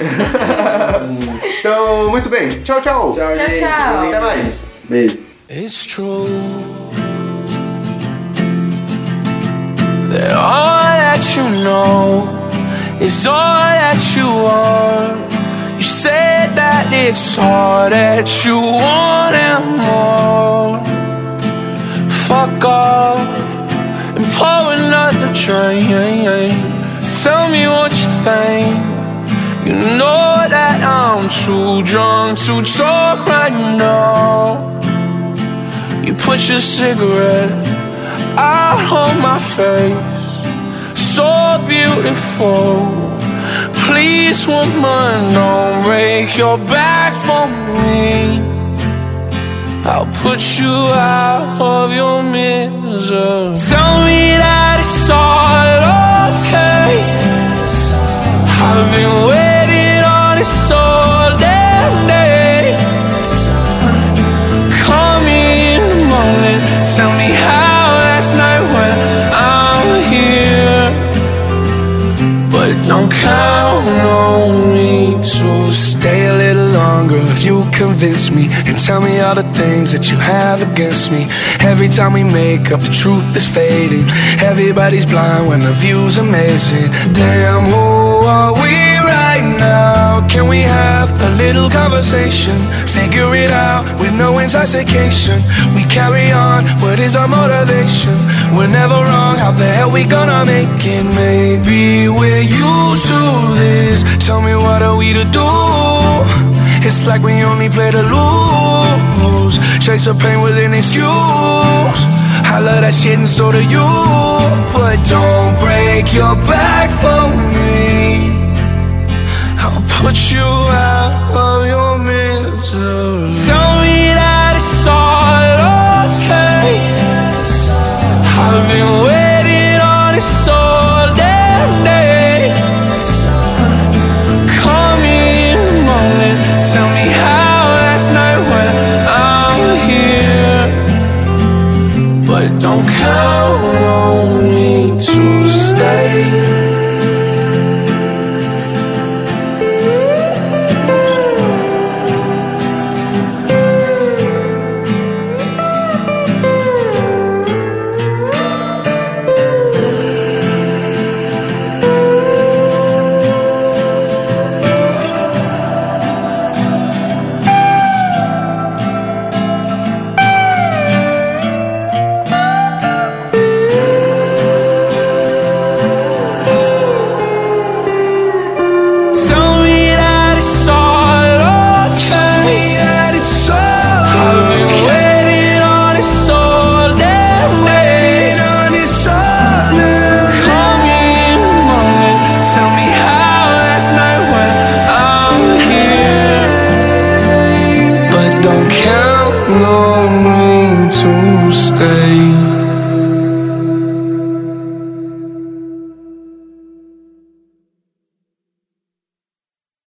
Speaker 1: então, muito bem. Tchau, tchau.
Speaker 2: Tchau,
Speaker 3: Tchau,
Speaker 2: gente.
Speaker 3: tchau.
Speaker 1: Até mais.
Speaker 2: Beijo.
Speaker 4: It's true. That all that you know is all that you are. You said that it's all that you want and more. Fuck off and pour another drink. Tell me what you think. You know that I'm too drunk to talk right now. You put your cigarette out on my face. So beautiful. Please, woman, don't break your back for me. I'll put you out of your misery. Tell me that it's all okay. I've been waiting on this all damn day. Call me in the morning. Tell me how last night went. I'm here, but don't count on me to stay a little longer. If you convince me and tell me all the things that you have against me, every time we make up, the truth is fading. Everybody's blind when the view's amazing. Damn, who are we right now? Can we have a little conversation? Figure it out with no intoxication. We carry on, what is our motivation? We're never wrong, how the hell we gonna make it? Maybe we're used to this. Tell me, what are we to do? It's like we only play to lose. Chase the pain with an excuse. I love that shit and so do you. But don't break your back for me. I'll put you out of your misery. Tell me that it's all okay. I've been waiting on this all damn day. Call me in the morning. Tell me how last night went. I'm here, but don't count on me to stay. Tell me that it's all okay. I've been waiting on this all damn day. Call me in the morning. Tell me how last night went. I'm here, but don't count on me to stay.